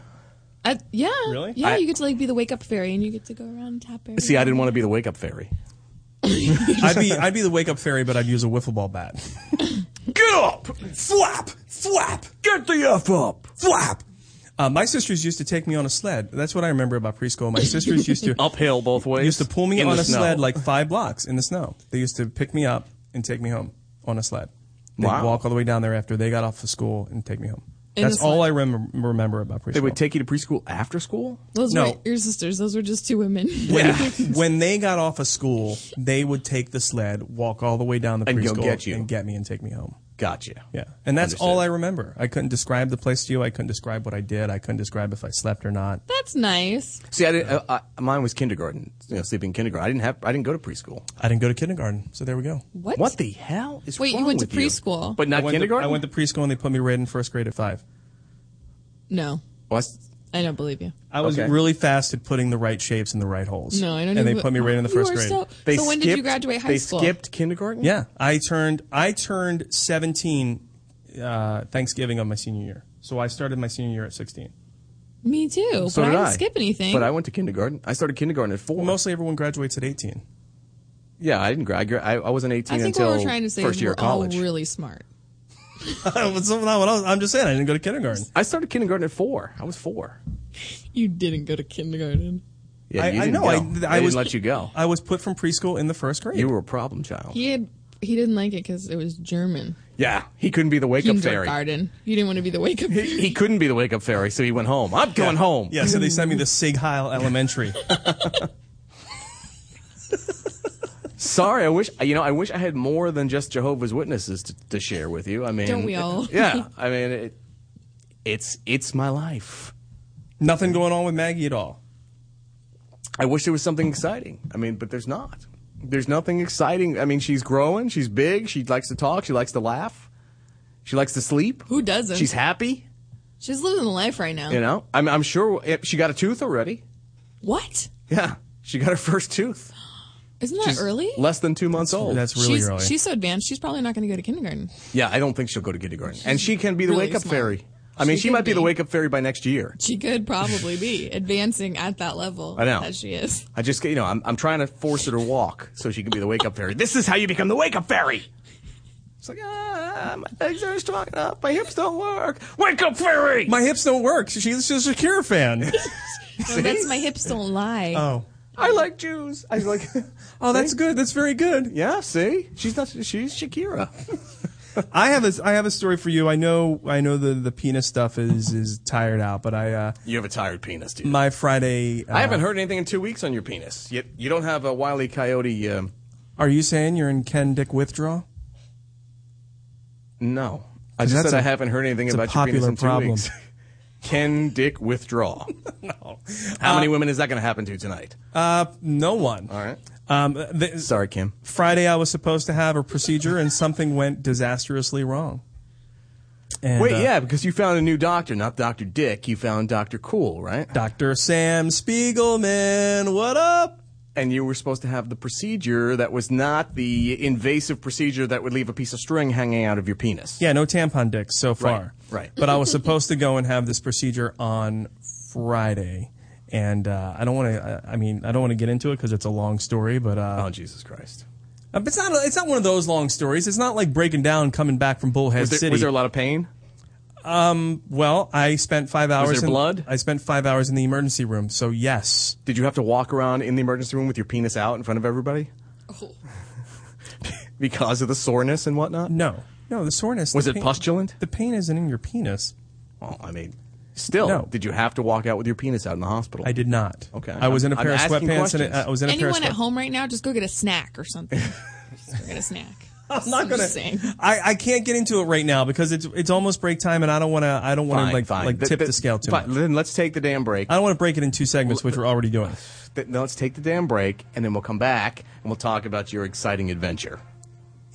Speaker 8: Uh, yeah.
Speaker 7: Really?
Speaker 8: Yeah,
Speaker 6: I-
Speaker 8: you get to like be the wake up fairy and you get to go around and tap everyone.
Speaker 6: See, I didn't want to be the wake up fairy.
Speaker 7: I'd be I'd be the wake up fairy, but I'd use a wiffle ball bat.
Speaker 6: Get up!
Speaker 7: flap, flap,
Speaker 6: Get the F up!
Speaker 7: flap. Uh, my sisters used to take me on a sled. That's what I remember about preschool. My sisters used to
Speaker 6: Uphill both ways.
Speaker 7: used to pull me
Speaker 6: in
Speaker 7: on
Speaker 6: the
Speaker 7: a
Speaker 6: snow.
Speaker 7: sled like five blocks in the snow. They used to pick me up and take me home on a sled. They'd
Speaker 6: Wow.
Speaker 7: walk all the way down there after they got off of school and take me home.
Speaker 8: In
Speaker 7: That's
Speaker 8: the sled.
Speaker 7: all I rem- remember about preschool.
Speaker 6: They would take you to preschool after school?
Speaker 8: Those
Speaker 7: No.
Speaker 8: weren't your sisters. Those were just two women.
Speaker 7: when they got off of school, they would take the sled, walk all the way down the
Speaker 6: And go
Speaker 7: preschool,
Speaker 6: get you.
Speaker 7: and get me and take me home.
Speaker 6: Gotcha.
Speaker 7: Yeah, and that's
Speaker 6: Understood.
Speaker 7: all I remember. I couldn't describe the place to you. I couldn't describe what I did. I couldn't describe if I slept or not.
Speaker 8: That's nice.
Speaker 6: See, I didn't, I, I, mine was kindergarten, you know, sleeping in kindergarten. I didn't have, I didn't go to preschool.
Speaker 7: I didn't go to kindergarten, so there we go.
Speaker 8: What?
Speaker 6: What the hell is
Speaker 8: Wait, you
Speaker 6: wrong
Speaker 8: went to
Speaker 6: with
Speaker 8: preschool.
Speaker 6: but
Speaker 7: I
Speaker 6: not
Speaker 7: went
Speaker 6: kindergarten.
Speaker 7: To, I went to preschool, and they put me right in first grade at five.
Speaker 8: No,
Speaker 6: Well, that's-
Speaker 8: I don't believe you.
Speaker 7: I was
Speaker 6: Okay.
Speaker 7: really fast at putting the right shapes in the right holes.
Speaker 8: No, I don't.
Speaker 7: And they
Speaker 8: even-
Speaker 7: put me right in the
Speaker 8: You
Speaker 7: first
Speaker 8: are
Speaker 7: grade.
Speaker 8: So,
Speaker 6: they
Speaker 8: so when did you
Speaker 6: skipped-
Speaker 8: graduate high
Speaker 6: they
Speaker 8: school?
Speaker 6: skipped kindergarten.
Speaker 7: yeah, I turned I turned seventeen uh, Thanksgiving of my senior year. So I started my senior year at sixteen.
Speaker 8: Me too.
Speaker 6: so
Speaker 8: but
Speaker 6: did
Speaker 8: I
Speaker 6: I,
Speaker 8: didn't skip anything.
Speaker 6: But I went to kindergarten. I started kindergarten at four.
Speaker 7: Mostly everyone graduates at eighteen.
Speaker 6: yeah, I didn't graduate. I, I wasn't
Speaker 8: I
Speaker 6: eighteen
Speaker 8: think
Speaker 6: until
Speaker 8: what we're trying to say
Speaker 6: first
Speaker 8: is
Speaker 6: year
Speaker 8: we're
Speaker 6: of college.
Speaker 8: all really smart.
Speaker 7: That's not what I was- I'm just saying I didn't go to kindergarten.
Speaker 6: I started kindergarten at four. I was four.
Speaker 8: You didn't go to kindergarten.
Speaker 6: Yeah,
Speaker 7: I-
Speaker 6: you
Speaker 7: I
Speaker 6: didn't
Speaker 7: know,
Speaker 6: Go.
Speaker 7: I-
Speaker 6: They
Speaker 7: I was-
Speaker 6: didn't let you go.
Speaker 7: I was put from preschool in the first grade.
Speaker 6: you were a problem child.
Speaker 8: He had. He didn't like it because it was German.
Speaker 6: yeah, he couldn't be the wake up fairy.
Speaker 8: Kindergarten. You didn't want to be the wake up.
Speaker 6: He, he couldn't be the wake up fairy, so he went home. I'm going home.
Speaker 7: yeah, so they sent me to Sig Heil Elementary.
Speaker 6: Sorry, I wish you know. I wish I had more than just Jehovah's Witnesses to, to share with you. I mean,
Speaker 8: Don't we all?
Speaker 6: yeah, I mean, it, it's it's my life.
Speaker 7: Nothing going on with Maggie at all.
Speaker 6: I wish there was something exciting. I mean, but there's not. There's nothing exciting. I mean, she's growing. She's big. She likes to talk. She likes to laugh. She likes to sleep.
Speaker 8: Who doesn't?
Speaker 6: She's happy.
Speaker 8: She's living the life right now.
Speaker 6: You know, I'm, I'm sure eh, she got a tooth already.
Speaker 8: What?
Speaker 6: Yeah, she got her first tooth.
Speaker 8: Isn't that early?
Speaker 6: Less than two months old.
Speaker 7: That's really
Speaker 8: she's,
Speaker 7: early.
Speaker 8: she's so advanced. She's probably not going to go to kindergarten.
Speaker 6: yeah, I don't think she'll go to kindergarten. And she can be the
Speaker 8: really
Speaker 6: wake up
Speaker 8: smart.
Speaker 6: fairy. I mean,
Speaker 8: She
Speaker 6: she,
Speaker 8: could
Speaker 6: might be the
Speaker 8: be.
Speaker 6: wake up fairy by next year.
Speaker 8: She could probably be advancing at that level.
Speaker 6: I know.
Speaker 8: that she is.
Speaker 6: I just, you know, I'm, I'm trying to force her to walk so she can be the wake up fairy. This is how you become the wake up fairy. It's like, ah, my legs aren't strong enough. My hips don't work. Wake up fairy!
Speaker 7: My hips don't work. She's just a Cure fan.
Speaker 8: Well, that's my hips don't lie.
Speaker 7: oh.
Speaker 6: I like Jews. I was like,
Speaker 7: Oh, that's good. That's very good.
Speaker 6: yeah, see? She's not, she's Shakira.
Speaker 7: I have a I have a story for you. I know I know the the penis stuff is is tired out, but I uh
Speaker 6: You have a tired penis, dude.
Speaker 7: my Friday uh,
Speaker 6: I haven't heard anything in two weeks on your penis. You, you don't have a Wile E. Coyote, um,
Speaker 7: Are you saying you're in Ken Dick withdraw?
Speaker 6: no. I just
Speaker 7: that's
Speaker 6: said I
Speaker 7: a-
Speaker 6: I haven't heard anything
Speaker 7: it's a
Speaker 6: about your penis
Speaker 7: popular
Speaker 6: in two
Speaker 7: problem.
Speaker 6: weeks. Can Dick withdraw? no. How
Speaker 7: Uh,
Speaker 6: many women is that going to happen to tonight?
Speaker 7: No one.
Speaker 6: All right.
Speaker 7: Um the,
Speaker 6: Sorry, Kim.
Speaker 7: Friday I was supposed to have a procedure and something went disastrously wrong. And,
Speaker 6: Wait,
Speaker 7: uh,
Speaker 6: yeah, because you found a new doctor, not Dr. Dick. You found Dr. Cool, right?
Speaker 7: Dr. Sam Spiegelman, what up?
Speaker 6: And you were supposed to have the procedure that was not the invasive procedure that would leave a piece of string hanging out of your penis.
Speaker 7: Yeah, no tampon dicks so far.
Speaker 6: right.
Speaker 7: But I was supposed to go and have this procedure on Friday. And uh, I don't want to. I mean, I don't want to get into it because it's a long story. But uh,
Speaker 6: Oh, Jesus Christ. Oh.
Speaker 7: but it's not. It's not one of those long stories. It's not like breaking down coming back from Bullhead
Speaker 6: Was there,
Speaker 7: City.
Speaker 6: was there a lot of pain?
Speaker 7: well, I spent five hours.
Speaker 6: there
Speaker 7: in,
Speaker 6: blood?
Speaker 7: I spent five hours in the emergency room. So yes,
Speaker 6: Did you have to walk around in the emergency room with your penis out in front of everybody? Oh. because of the soreness and whatnot?
Speaker 7: no, no. The soreness
Speaker 6: Was
Speaker 7: the
Speaker 6: it pustulant?
Speaker 7: The pain isn't in your penis.
Speaker 6: Well, I mean, still,
Speaker 7: No.
Speaker 6: did you have to walk out with your penis out in the hospital?
Speaker 7: I did not.
Speaker 6: Okay.
Speaker 7: I was in a
Speaker 6: I'm-
Speaker 7: pair of
Speaker 6: I'm asking
Speaker 7: sweatpants and
Speaker 6: questions.
Speaker 7: a- I was in a pair of
Speaker 8: Anyone
Speaker 7: sweatpants.
Speaker 8: at home right now, just go get a snack or something. just go get a snack.
Speaker 7: I'm not gonna.
Speaker 8: just saying.
Speaker 7: I, I can't get into it right now because it's it's almost break time, and I don't want to. I don't want
Speaker 6: Fine,
Speaker 7: to like
Speaker 6: fine.
Speaker 7: like
Speaker 6: Th-
Speaker 7: tip
Speaker 6: th-
Speaker 7: the scale too
Speaker 6: fine.
Speaker 7: much.
Speaker 6: Then let's take the damn break.
Speaker 7: I don't want to break it in two segments, which we're already doing.
Speaker 6: Th- no, let's take the damn break, and then we'll come back and we'll talk about your exciting adventure.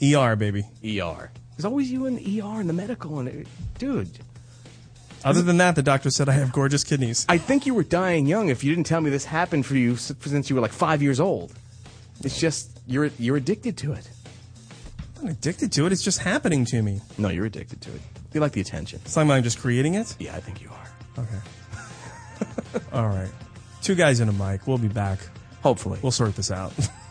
Speaker 7: ER, baby.
Speaker 9: ER. There's always you in the ER and the medical and it, dude.
Speaker 7: Other than that, the doctor said I have gorgeous kidneys.
Speaker 9: I think you were dying young if you didn't tell me this happened for you s- since you were like five years old. It's just you're you're addicted to it.
Speaker 7: I'm addicted to it. It's just happening to me.
Speaker 9: No, you're addicted to it. You like the attention.
Speaker 7: It's like I'm just creating it.
Speaker 9: Yeah, I think you are.
Speaker 7: Okay. All right. Two guys and a mic. We'll be back.
Speaker 9: Hopefully.
Speaker 7: We'll sort this out.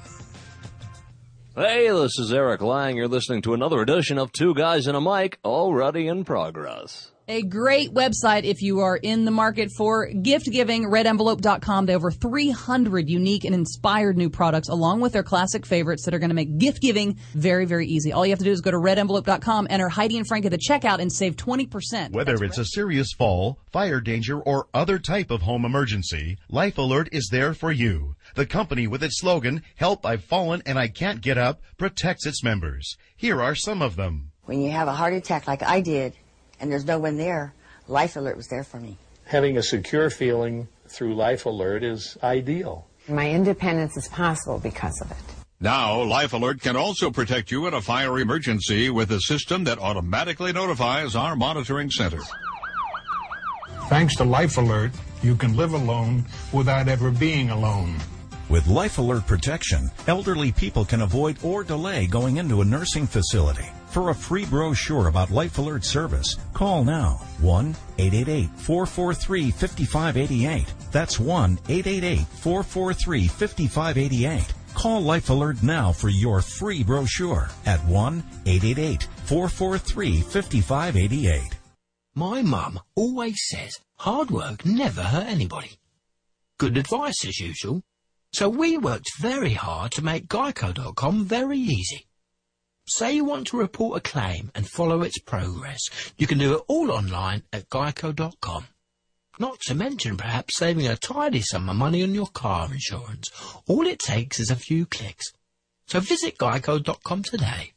Speaker 1: Hey, this is Eric Lang. You're listening to another edition of Two Guys and a Mic, already in progress.
Speaker 10: A great website if you are in the market for gift giving, redenvelope.com. They have over 300 unique and inspired new products along with their classic favorites that are going to make gift giving very, very easy. All you have to do is go to redenvelope.com, enter Heidi and Frank at the checkout and save 20%.
Speaker 11: Whether it's a serious fall, fire danger, or other type of home emergency, Life Alert is there for you. The company with its slogan, Help I've Fallen and I Can't Get Up, protects its members. Here are some of them.
Speaker 12: When you have a heart attack like I did, and there's no one there, Life Alert was there for me.
Speaker 13: Having a secure feeling through Life Alert is ideal.
Speaker 14: My independence is possible because of it.
Speaker 15: Now, Life Alert can also protect you in a fire emergency with a system that automatically notifies our monitoring center.
Speaker 16: Thanks to Life Alert, you can live alone without ever being alone.
Speaker 17: With Life Alert protection, elderly people can avoid or delay going into a nursing facility. For a free brochure about Life Alert service, call now 1 888 443 5588. That's 1 888 443 5588. Call Life Alert now for your free brochure at 1 888 443 5588.
Speaker 18: My mum always says hard work never hurt anybody. Good advice as usual. So we worked very hard to make Geico.com very easy. Say you want to report a claim and follow its progress. You can do it all online at Geico.com. Not to mention perhaps saving a tidy sum of money on your car insurance. All it takes is a few clicks. So visit Geico.com today.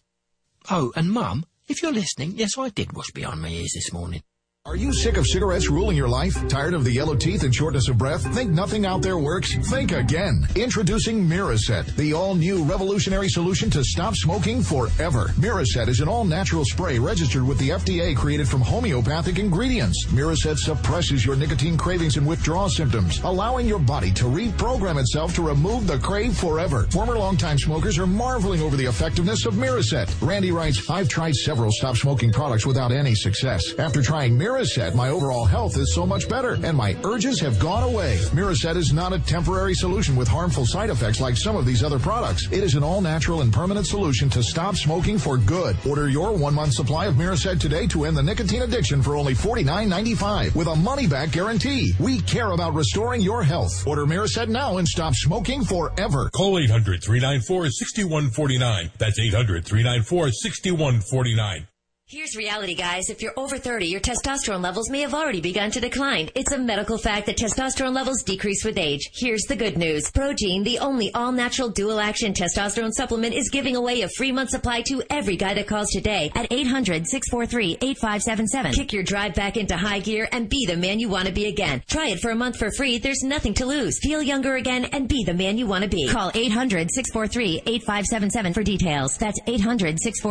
Speaker 18: Oh, and Mum, if you're listening, yes, I did wash behind my ears this morning.
Speaker 19: Are you sick of cigarettes ruling your life? Tired of the yellow teeth and shortness of breath? Think nothing out there works? Think again. Introducing Miraset, the all-new revolutionary solution to stop smoking forever. Miraset is an all-natural spray registered with the FDA created from homeopathic ingredients. Miraset suppresses your nicotine cravings and withdrawal symptoms, allowing your body to reprogram itself to remove the crave forever. Former longtime smokers are marveling over the effectiveness of Miraset. Randy writes, I've tried several stop smoking products without any success. After trying Miraset, my overall health is so much better and my urges have gone away. Miraset is not a temporary solution with harmful side effects like some of these other products. It is an all natural and permanent solution to stop smoking for good. Order your one month supply of Miraset today to end the nicotine addiction for only $49.95 with a money back guarantee. We care about restoring your health. Order Miraset now and stop smoking forever.
Speaker 20: Call 800 394 6149. That's 800 394 6149.
Speaker 21: Here's reality, guys. If you're over 30, your testosterone levels may have already begun to decline. It's a medical fact that testosterone levels decrease with age. Here's the good news. Protein, the only all-natural dual-action testosterone supplement, is giving away a free month supply to every guy that calls today at 800-643-8577. Kick your drive back into high gear and be the man you want to be again. Try it for a month for free. There's nothing to lose. Feel younger again and be the man you want to be. Call 800-643-8577 for details. That's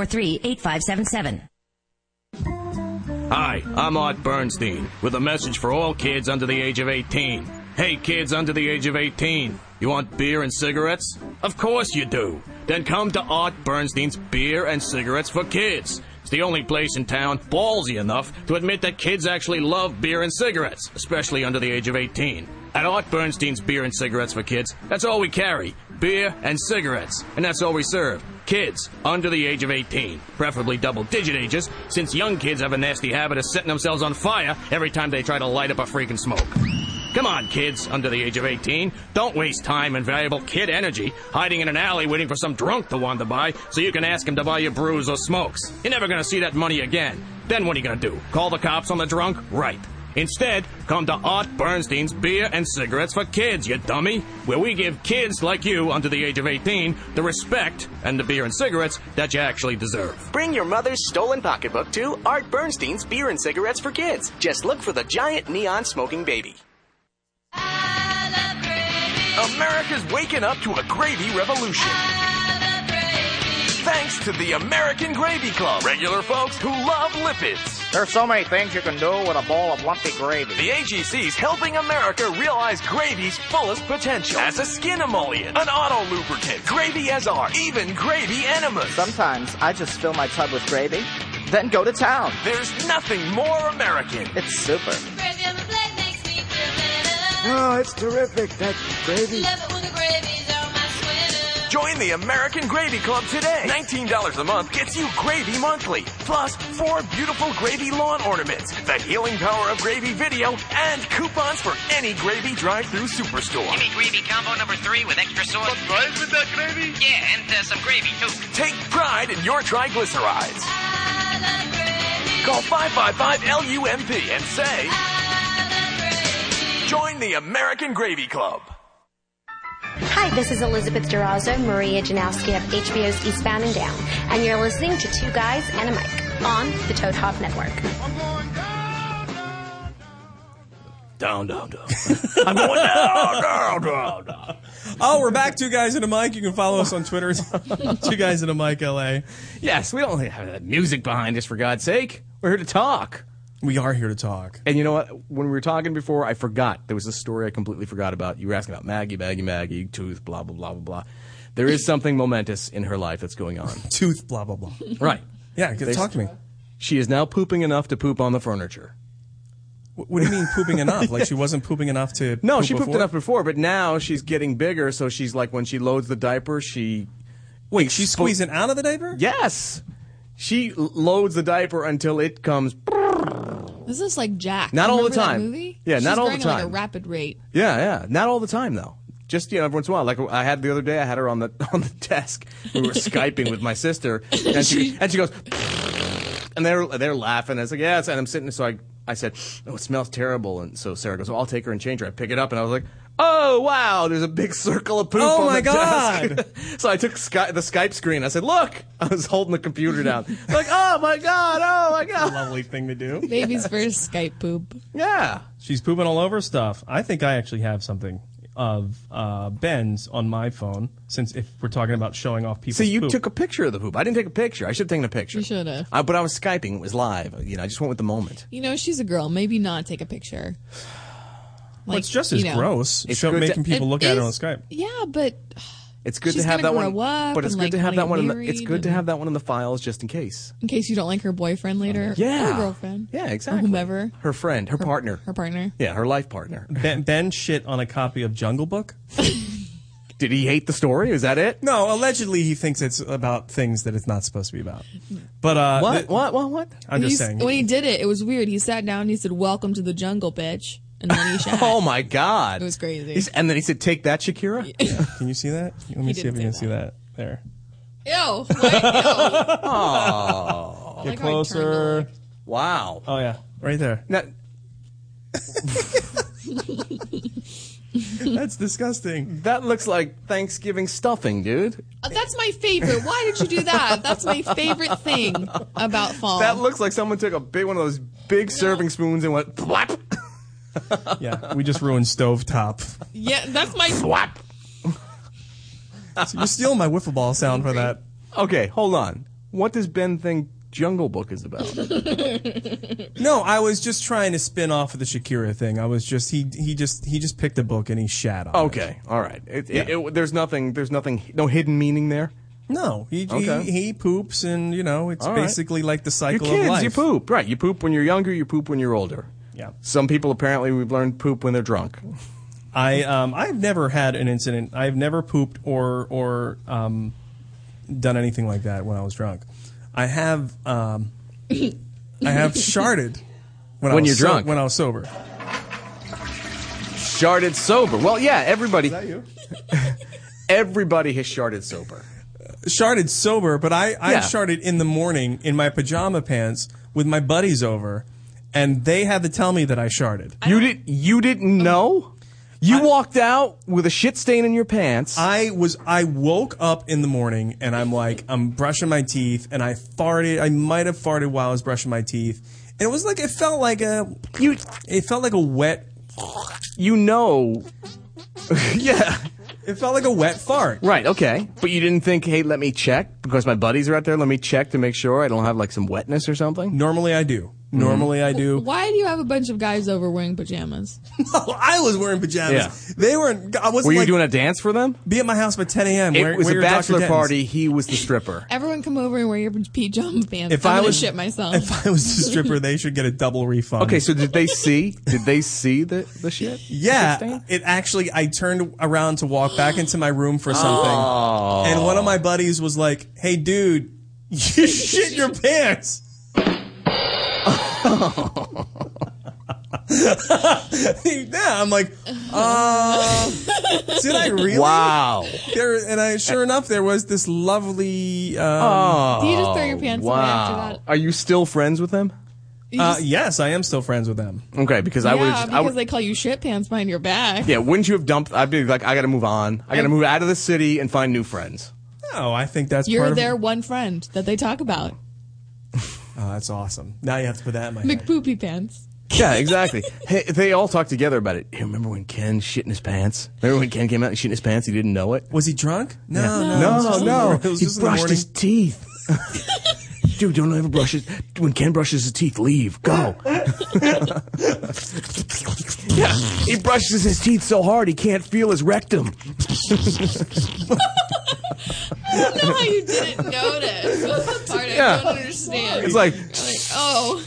Speaker 21: 800-643-8577.
Speaker 6: Hi, I'm Art Bernstein with a message for all kids under the age of 18. Hey, kids under the age of 18, you want beer and cigarettes? Of course you do. Then come to Art Bernstein's Beer and Cigarettes for Kids. It's the only place in town ballsy enough to admit that kids actually love beer and cigarettes, especially under the age of 18. At Art Bernstein's Beer and Cigarettes for Kids, that's all we carry beer and cigarettes, and that's all we serve. Kids under the age of 18, preferably double digit ages, since young kids have a nasty habit of setting themselves on fire every time they try to light up a freaking smoke. Come on, kids under the age of 18. Don't waste time and valuable kid energy hiding in an alley waiting for some drunk to want to buy so you can ask him to buy you brews or smokes. You're never going to see that money again. Then what are you going to do? Call the cops on the drunk? Right. Instead, come to Art Bernstein's Beer and Cigarettes for Kids, you dummy, where we give kids like you under the age of 18 the respect and the beer and cigarettes that you actually deserve.
Speaker 22: Bring your mother's stolen pocketbook to Art Bernstein's Beer and Cigarettes for Kids. Just look for the giant neon smoking baby.
Speaker 23: America's waking up to a gravy revolution.
Speaker 1: Thanks to the American Gravy Club. Regular folks who love lipids.
Speaker 2: There's so many things you can do with a bowl of lumpy gravy.
Speaker 1: The AGC's helping America realize gravy's fullest potential as a skin emollient, an auto lubricant, gravy as art, even gravy enemas.
Speaker 2: Sometimes I just fill my tub with gravy, then go to town.
Speaker 1: There's nothing more American.
Speaker 2: It's super.
Speaker 24: Gravy on the plate makes me feel
Speaker 6: Uh,
Speaker 1: Oh, it's terrific, that
Speaker 24: better. Love it when the gravy's on my sweater.
Speaker 1: Join the American Gravy Club today. $19 a month gets you gravy monthly, plus four beautiful gravy lawn ornaments, the healing power of gravy video, and coupons for any gravy drive-through superstore.
Speaker 25: Gimme gravy combo number three with extra sauce. What fries with that gravy? Yeah, and uh, some gravy too.
Speaker 1: Take pride in your triglycerides. Call 555-LUMP and say, Join the American Gravy Club.
Speaker 26: Hi, this is Elizabeth Durazzo, Maria Janowski of HBO's Eastbound and Down, and you're listening to Two Guys and a Mic on the Toad Hop Network.
Speaker 7: Down, down, down.
Speaker 1: I'm going down, down, down, down.
Speaker 7: Oh, we're back, two guys in a mic. You can follow us on Twitter, two guys in a mic LA.
Speaker 6: Yes, we don't have that music behind us, for God's sake. We're here to talk.
Speaker 7: We are here to talk.
Speaker 6: And you know what? When we were talking before, I forgot. There was a story I completely forgot about. You were asking about Maggie, Maggie, Maggie, tooth, blah, blah, blah, blah, blah. There is something momentous in her life that's going on.
Speaker 7: Tooth, blah blah blah.
Speaker 6: Right.
Speaker 7: Yeah, g-
Speaker 6: There's-
Speaker 7: talk to me.
Speaker 6: She is now pooping enough to poop on the furniture.
Speaker 7: Wh- What do you mean pooping enough? Like she wasn't pooping enough to
Speaker 6: No,
Speaker 7: poop
Speaker 6: she pooped
Speaker 7: before?
Speaker 6: enough before, but now she's getting bigger, so she's like when she loads the diaper, she
Speaker 7: Wait, she's squeezing out of the diaper?
Speaker 6: Yes. She l- loads the diaper until it comes
Speaker 8: This is like Jack.
Speaker 6: Not all the
Speaker 8: Remember that
Speaker 6: time.
Speaker 8: movie?
Speaker 6: Yeah,
Speaker 8: She's
Speaker 6: not all the
Speaker 8: growing At like a
Speaker 6: time.
Speaker 8: rapid rate.
Speaker 6: Yeah, yeah. Not all the time though. Just you know, every once in a while. Like I had the other day, I had her on the on the desk. We were skyping with my sister, and she and she goes, and they're they're laughing. I was like, yeah. it's- And I'm sitting, so I I said, oh, it smells terrible. And so Sarah goes, well, I'll take her and change her. I pick it up, and I was like. Oh wow! There's a big circle of poop.
Speaker 7: Oh,
Speaker 6: on
Speaker 7: my
Speaker 6: the desk." so I took Sky- the Skype screen. I said, "Look!" I was holding the computer down. like, oh my god, oh my god!
Speaker 7: Lovely thing to do.
Speaker 8: Baby's first Skype poop.
Speaker 6: Yeah.
Speaker 7: She's pooping all over stuff. I think I actually have something of uh, Ben's on my phone. Since if we're talking about showing off people's
Speaker 6: See, you
Speaker 7: poop.
Speaker 6: took a picture of the poop. I didn't take a picture. I should have taken a picture.
Speaker 8: You should have.
Speaker 6: I, but I was skyping. It was live. You know, I just went with the moment.
Speaker 8: You know, she's a girl. Maybe not take a picture.
Speaker 7: well, it's just as
Speaker 8: you know.
Speaker 7: gross.
Speaker 6: It's
Speaker 7: show,
Speaker 6: good to-
Speaker 7: making people
Speaker 6: It
Speaker 7: look at it on
Speaker 8: is-
Speaker 7: Skype.
Speaker 8: Yeah, but
Speaker 6: It's good
Speaker 8: She's
Speaker 6: to have that
Speaker 8: gonna
Speaker 6: one.
Speaker 8: grow up
Speaker 6: but it's
Speaker 8: and,
Speaker 6: good
Speaker 8: like,
Speaker 6: to have
Speaker 8: wanna
Speaker 6: that one. In
Speaker 8: get
Speaker 6: the, it's
Speaker 8: married
Speaker 6: good to
Speaker 8: and-
Speaker 6: have that one in the files just in case.
Speaker 8: in case you don't like her boyfriend later,
Speaker 6: Yeah.
Speaker 8: or girlfriend,
Speaker 6: Yeah,
Speaker 8: or
Speaker 6: exactly.
Speaker 8: whomever,
Speaker 6: Her friend, her, partner.
Speaker 8: her partner.
Speaker 6: yeah, her life partner.
Speaker 7: Ben, ben shit on a copy of Jungle Book.
Speaker 6: Did he hate the story? Is that it?
Speaker 7: No, allegedly he thinks it's about things that it's not supposed to be about. But uh,
Speaker 6: What?
Speaker 7: the-
Speaker 6: what? What? What?
Speaker 7: I'm
Speaker 8: When
Speaker 7: just
Speaker 8: he-
Speaker 7: saying.
Speaker 8: When he did it, it was weird. He sat down and he said, "Welcome to the jungle, bitch," and then he shot.
Speaker 6: Oh my God!
Speaker 8: It was crazy.
Speaker 6: He's- and then he said, "Take that, Shakira."
Speaker 7: Can you see that? Let me see if you can see that. There.
Speaker 8: Ew! What? Ew.
Speaker 6: Oh,
Speaker 7: Get closer.
Speaker 6: Wow.
Speaker 7: Oh yeah, right there.
Speaker 6: Now,
Speaker 7: That's disgusting.
Speaker 6: That looks like Thanksgiving stuffing, dude.
Speaker 8: Uh, That's my favorite. Why did you do that? That's my favorite thing about fall.
Speaker 6: That looks like someone took a big one of those big serving spoons and went plop.
Speaker 7: yeah, we just ruined stovetop.
Speaker 8: yeah, that's my
Speaker 6: Swap.
Speaker 7: So you're stealing my wiffle ball sound for that.
Speaker 6: Okay, hold on. What does Ben think Jungle Book is about?
Speaker 7: No, I was just trying to spin off of the Shakira thing. I was just he he just he just picked a book and he shat on it.
Speaker 6: okay, all right. It, it- it- there's nothing. There's nothing. No hidden meaning there.
Speaker 7: No, he,
Speaker 6: Okay.
Speaker 7: he he poops and you know it's
Speaker 6: All right.
Speaker 7: basically like
Speaker 6: Your
Speaker 7: the cycle
Speaker 6: kids,
Speaker 7: of life.
Speaker 6: you poop, right? You poop when you're younger. You poop when you're older.
Speaker 7: Yeah.
Speaker 6: Some people apparently we've learned poop when they're drunk.
Speaker 7: I um I've never had an incident. I've never pooped or or um done anything like that when I was drunk. I have um I have sharded when, I
Speaker 6: When
Speaker 7: was
Speaker 6: you're
Speaker 7: so-
Speaker 6: drunk.
Speaker 7: when I was sober.
Speaker 6: Sharded sober. Well, yeah. Everybody.
Speaker 7: that you?
Speaker 6: everybody has sharded sober.
Speaker 7: Sharded sober, but I I
Speaker 6: Yeah.
Speaker 7: sharded in the morning in my pajama pants with my buddies over, and they had to tell me that I sharded.
Speaker 6: You did. You didn't know. You walked out with a shit stain in your pants.
Speaker 7: I was I woke up in the morning and I'm like I'm brushing my teeth and I farted. I might have farted while I was brushing my teeth. And it was like it felt like a you. It felt like a wet.
Speaker 6: you know. yeah.
Speaker 7: It felt like a wet fart.
Speaker 6: Right, okay. But you didn't think, hey, let me check because my buddies are out there. Let me check to make sure I don't have like some wetness or something.
Speaker 7: Normally I do.
Speaker 6: Mm-hmm.
Speaker 7: Normally I do.
Speaker 8: Why do you have a bunch of guys over wearing pajamas?
Speaker 7: no, I was wearing pajamas. They weren't. I wasn't
Speaker 6: Were you
Speaker 7: like,
Speaker 6: doing a dance for them?
Speaker 7: Be at my house by 10 a.m.
Speaker 6: It
Speaker 7: Where-
Speaker 6: was a
Speaker 7: where your Dr.
Speaker 6: bachelor
Speaker 7: Denton's?
Speaker 6: party. He was the stripper.
Speaker 8: Everyone come over and wear your pajama pants.
Speaker 7: If
Speaker 8: I'm
Speaker 7: I
Speaker 8: gonna
Speaker 7: was-
Speaker 8: shit myself.
Speaker 7: If I was a stripper, they should get a double refund.
Speaker 6: Okay, so did they see? Did they see the the shit?
Speaker 7: Yeah, it actually. I turned around to walk back into my room for something,
Speaker 6: Oh.
Speaker 7: and one of my buddies was like, "Hey, dude, you shit your pants." yeah, I'm like, uh, did I really?
Speaker 6: Wow.
Speaker 7: There, and I sure enough, there was this lovely. Um,
Speaker 6: Oh,
Speaker 8: Do you just throw your pants away after that?
Speaker 6: Are you still friends with them?
Speaker 8: You just-
Speaker 7: uh, yes, I am still friends with them.
Speaker 6: Okay, because I would.
Speaker 8: yeah, because they call you shit pants behind your back.
Speaker 6: yeah, wouldn't you have dumped? I'd be like, I got to move on. I got to
Speaker 8: And-
Speaker 6: move out of the city and find new friends.
Speaker 7: No, Oh, I think that's
Speaker 8: You're
Speaker 7: part of-
Speaker 8: their one friend that they talk about.
Speaker 7: Oh, that's awesome. Now you have to put that in my head.
Speaker 8: McPoopy pants.
Speaker 6: Yeah, exactly. hey, they all talk together about it. Hey, remember when Ken shit in his pants? Remember when Ken came out and shit in his pants? He didn't know it.
Speaker 7: Was he drunk? No,
Speaker 6: Yeah.
Speaker 7: no, it was
Speaker 6: no,
Speaker 7: just in the
Speaker 6: Oh, no.
Speaker 7: mor- it was
Speaker 6: he
Speaker 7: just in the
Speaker 6: brushed
Speaker 7: morning.
Speaker 6: his teeth. Dude, don't ever brush his. When Ken brushes his teeth, leave. Go. yeah, he brushes his teeth so hard he can't feel his rectum.
Speaker 8: I don't know how you didn't notice. That's the part I
Speaker 6: Yeah.
Speaker 8: don't understand.
Speaker 6: It's like-
Speaker 8: You're oh,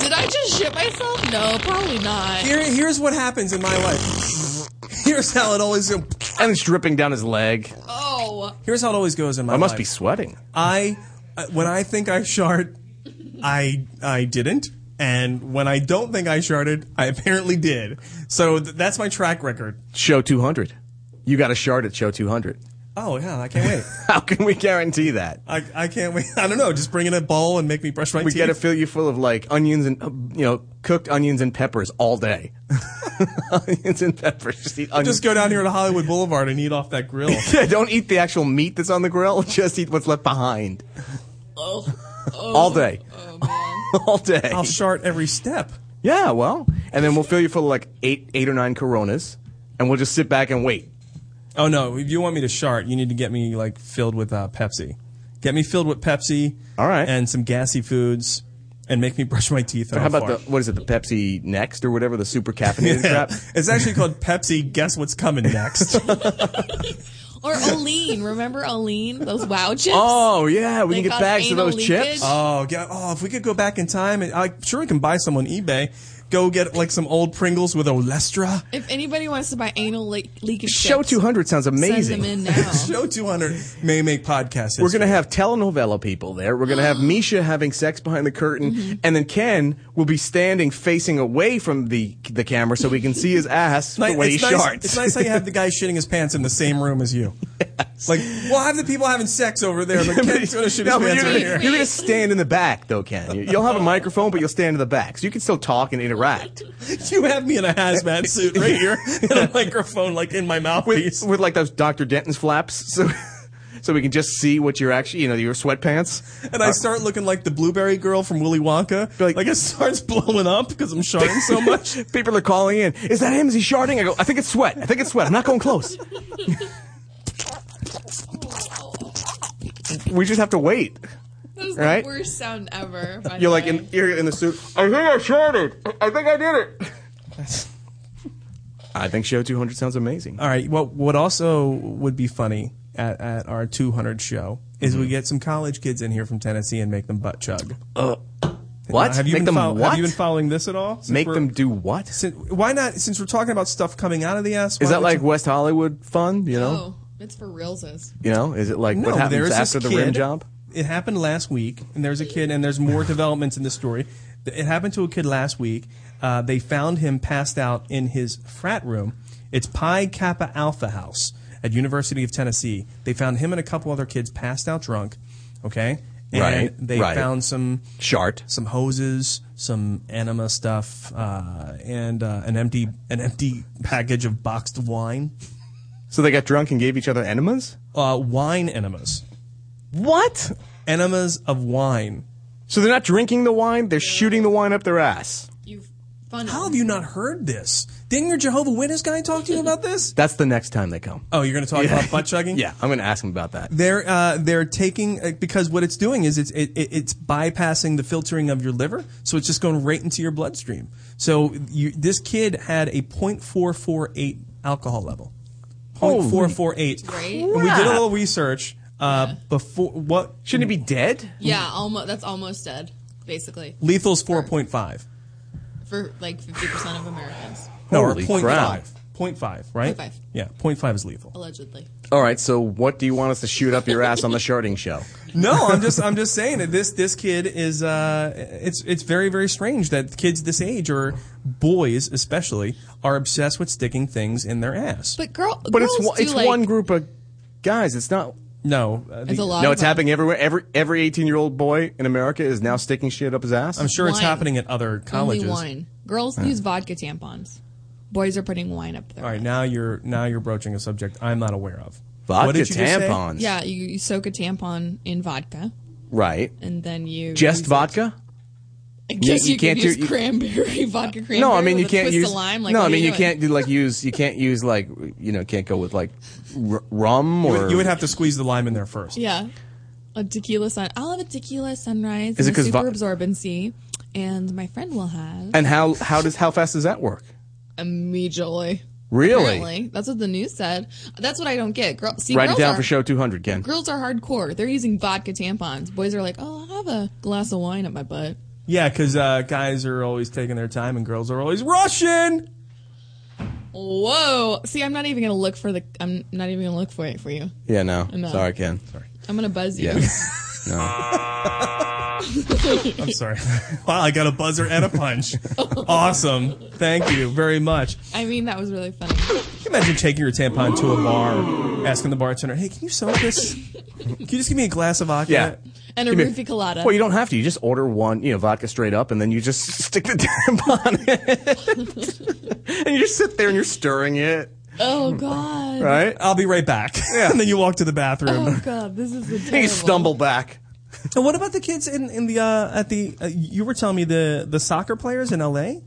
Speaker 8: did I just shit myself? No, probably not.
Speaker 7: Here, here's what happens in my life. Here's how it always.
Speaker 6: And it's dripping down his leg.
Speaker 8: Oh,
Speaker 7: Here's how it always goes in my.
Speaker 6: I must
Speaker 7: life.
Speaker 6: be sweating.
Speaker 7: I uh, when I think I shart, I I didn't, and when I don't think I sharted, I apparently did. So th- that's my track record.
Speaker 6: Show 200. You got a shard at show 200.
Speaker 7: Oh yeah, I can't wait.
Speaker 6: How can we guarantee that?
Speaker 7: I, I can't wait. I don't know. Just bring in a bowl and make me brush my
Speaker 6: we
Speaker 7: teeth.
Speaker 6: got to fill you full of like onions and uh, you know cooked onions and peppers all day. onions and peppers. Just, eat onions.
Speaker 7: Just go down here to Hollywood Boulevard and eat off that grill.
Speaker 6: Yeah, don't eat the actual meat that's on the grill. Just eat what's left behind.
Speaker 8: Oh.
Speaker 6: all day. all day.
Speaker 7: I'll shart every step.
Speaker 6: yeah, well, and then we'll fill you full of like eight, eight or nine Coronas, and we'll just sit back and wait.
Speaker 7: Oh no! If you want me to shart, you need to get me like filled with uh, Pepsi. Get me filled with Pepsi. All right. And some gassy foods, and make me brush my teeth.
Speaker 6: How about the what is it? The Pepsi Next or whatever the super caffeinated crap.
Speaker 7: It's actually called Pepsi. Guess what's coming next?
Speaker 8: or Aline. Remember Aline? Those wow chips.
Speaker 6: Oh yeah, we
Speaker 8: They
Speaker 6: can get
Speaker 8: cause
Speaker 6: bags of
Speaker 8: anal
Speaker 6: those
Speaker 8: leakage?
Speaker 6: chips.
Speaker 7: Oh, yeah. oh! If we could go back in time, and I sure we can buy some on eBay. Go get like some old Pringles with Olestra.
Speaker 8: If anybody wants to buy anal le- leakage
Speaker 6: Show
Speaker 8: chips,
Speaker 6: 200 sounds amazing.
Speaker 8: Send them in now.
Speaker 7: Show 200 may make podcast.
Speaker 6: We're going to have telenovela people there. We're going to have Misha having sex behind the curtain,
Speaker 8: Mm-hmm.
Speaker 6: and then Ken will be standing facing away from the the camera so we can see his ass the way he
Speaker 7: it's, nice,
Speaker 6: sharts.
Speaker 7: it's nice how you have the guy shitting his pants in the same room as you. Like we'll have the people having sex over there, but Ken's gonna shit his
Speaker 6: No, but
Speaker 7: pants
Speaker 6: you're gonna,
Speaker 7: over here.
Speaker 6: you're gonna stand in the back though, Ken. You- You'll have a microphone, but you'll stand in the back, so you can still talk and interact
Speaker 7: You have me in a hazmat suit right here, and a microphone like in my mouthpiece.
Speaker 6: with, with like those Dr. Denton's flaps, so so we can just see what you're actually, you know, your sweatpants.
Speaker 7: And I start looking like the blueberry girl from Willy Wonka. Like, it starts blowing up because I'm sharting so much.
Speaker 6: People are calling in. Is that him? Is he sharding? I go. I think it's sweat. I think it's sweat. I'm not going close. we just have to wait.
Speaker 8: That was
Speaker 6: Right?
Speaker 8: the worst sound ever. by
Speaker 6: You're
Speaker 8: the
Speaker 6: like
Speaker 8: way.
Speaker 6: in, you're in the suit. I think I sharded. I think I did it. I think show 200 sounds amazing.
Speaker 7: All right. What what also would be funny at, at our 200 show is we get some college kids in here from Tennessee and make them butt chug.
Speaker 6: Uh, what?
Speaker 7: Have you,
Speaker 6: Make them
Speaker 7: been fol-
Speaker 6: what?
Speaker 7: have you been following this at all? Since
Speaker 6: Make
Speaker 7: we're-
Speaker 6: them do what?
Speaker 7: Since, why not? Since we're talking about stuff coming out of the ass, why
Speaker 6: Is that
Speaker 7: would
Speaker 6: like
Speaker 7: you-
Speaker 6: West Hollywood fun? You know,
Speaker 8: oh, it's for realsies.
Speaker 6: you know, is it like
Speaker 7: no,
Speaker 6: what
Speaker 7: there's
Speaker 6: happens
Speaker 7: this
Speaker 6: after the rim
Speaker 7: kid-
Speaker 6: job?
Speaker 7: It happened last week, and there's a kid, and there's more developments in the story. It happened to a kid last week. Uh, they found him passed out in his frat room. It's Pi Kappa Alpha House at University of Tennessee. They found him and a couple other kids passed out drunk. Okay, and
Speaker 6: Right,
Speaker 7: they
Speaker 6: right.
Speaker 7: found some
Speaker 6: Shart.
Speaker 7: some hoses, some anima stuff, uh, and uh, an empty an empty package of boxed wine.
Speaker 6: So they got drunk and gave each other enemas.
Speaker 7: Uh, wine enemas.
Speaker 6: What?
Speaker 7: Enemas of wine.
Speaker 6: So they're not drinking the wine; they're shooting the wine up their ass.
Speaker 8: You've funnel.
Speaker 7: How have you not heard this? Didn't your Jehovah Witness guy talk to you about this?
Speaker 6: That's the next time they come.
Speaker 7: Oh, you're going to talk
Speaker 6: Yeah.
Speaker 7: about butt chugging?
Speaker 6: Yeah, I'm going to ask him about that.
Speaker 7: They're uh, they're taking uh, because what it's doing is it's it, it, it's bypassing the filtering of your liver, so it's just going right into your bloodstream. So you, this kid had a 0.448 alcohol level,
Speaker 6: Holy
Speaker 7: 0.448. And we did a little research uh, before what
Speaker 6: shouldn't it be dead?
Speaker 8: Yeah, almost. That's almost dead, basically,
Speaker 7: Lethal's 4.5.
Speaker 8: for like fifty percent of Americans,
Speaker 7: No, or
Speaker 6: Holy
Speaker 7: 0.5.
Speaker 6: crap.
Speaker 7: 0.5, right?
Speaker 8: 0.5.
Speaker 7: Yeah, 0.5 is lethal.
Speaker 8: allegedly.
Speaker 6: All right, so what do you want us to shoot up your ass on the sharding show?
Speaker 7: No, I'm just I'm just saying that this this kid is uh it's it's very very strange that kids this age or boys especially are obsessed with sticking things in their ass.
Speaker 8: But girl,
Speaker 6: But it's
Speaker 8: girls
Speaker 6: one,
Speaker 8: do
Speaker 6: it's
Speaker 8: like,
Speaker 6: one group of guys. It's not.
Speaker 7: No, uh,
Speaker 8: It's the- a lot
Speaker 6: No,
Speaker 8: of
Speaker 6: it's
Speaker 8: them.
Speaker 6: happening everywhere. Every every 18 year old boy in America is now sticking shit up his ass.
Speaker 7: I'm sure it's
Speaker 8: Wine.
Speaker 7: happening at other colleges.
Speaker 8: Only wine. Girls
Speaker 7: Yeah.
Speaker 8: use vodka tampons. Boys are putting wine up there.
Speaker 7: All right, now you're now you're broaching a subject I'm not aware of.
Speaker 6: Vodka
Speaker 7: what did you just say?
Speaker 6: tampons.
Speaker 8: Yeah, you, you soak a tampon in vodka,
Speaker 6: Right.
Speaker 8: and then you
Speaker 6: Just
Speaker 8: use-
Speaker 6: vodka?
Speaker 8: I guess
Speaker 6: You-
Speaker 8: you,
Speaker 6: you can't
Speaker 8: could use
Speaker 6: do- you-
Speaker 8: cranberry vodka cranberry.
Speaker 6: No, I mean you
Speaker 8: with a
Speaker 6: can't
Speaker 8: twist of
Speaker 6: use
Speaker 8: lime. Like,
Speaker 6: no,
Speaker 8: what
Speaker 6: I
Speaker 8: are
Speaker 6: mean
Speaker 8: you
Speaker 6: you
Speaker 8: doing?
Speaker 6: can't do like use you can't use like you know can't go with like r- rum
Speaker 7: You
Speaker 6: or
Speaker 7: would, you would have to squeeze the lime in there first.
Speaker 8: Yeah, a tequila sun. I'll have a tequila sunrise.
Speaker 6: Is
Speaker 8: Is
Speaker 6: it
Speaker 8: and a
Speaker 6: 'cause vo-
Speaker 8: super absorbency? And my friend will have
Speaker 6: And how how does how fast does that work?
Speaker 8: immediately.
Speaker 6: Really?
Speaker 8: Apparently. That's what the news said. That's what I don't get. Girl, see,
Speaker 6: Write it
Speaker 8: girls
Speaker 6: down
Speaker 8: are,
Speaker 6: for show 200, Ken.
Speaker 8: Girls are hardcore. They're using vodka tampons. Boys are like, oh, I'll have a glass of wine at my butt.
Speaker 7: Yeah, because uh, guys are always taking their time and girls are always rushing.
Speaker 8: Whoa. See, I'm not even going to look for the. I'm not even going to look for it for you.
Speaker 6: Yeah, no.
Speaker 8: No.
Speaker 6: Sorry, Ken. Sorry. Uh,
Speaker 8: I'm going to buzz you.
Speaker 6: Yeah. no.
Speaker 7: I'm sorry. wow, I got a buzzer and a punch. awesome. Thank you very much.
Speaker 8: I mean, that was really funny.
Speaker 7: Can you imagine taking your tampon to a bar, or asking the bartender, "Hey, can you sell this? Can you just give me a glass of vodka?"
Speaker 6: Yeah.
Speaker 8: And a
Speaker 6: Give me-
Speaker 8: roofie colada.
Speaker 6: Well, you don't have to. You just order one, you know, vodka straight up, and then you just stick the tampon in it. and you just sit there and you're stirring it,
Speaker 8: Oh, God.
Speaker 6: right?
Speaker 7: I'll be right back. Yeah. and then you walk to the bathroom.
Speaker 8: Oh, God. This is the
Speaker 6: And you stumble back.
Speaker 8: Oh.
Speaker 7: And what about the kids in, in the uh, at the? Uh, you were telling me the the soccer players in L.A.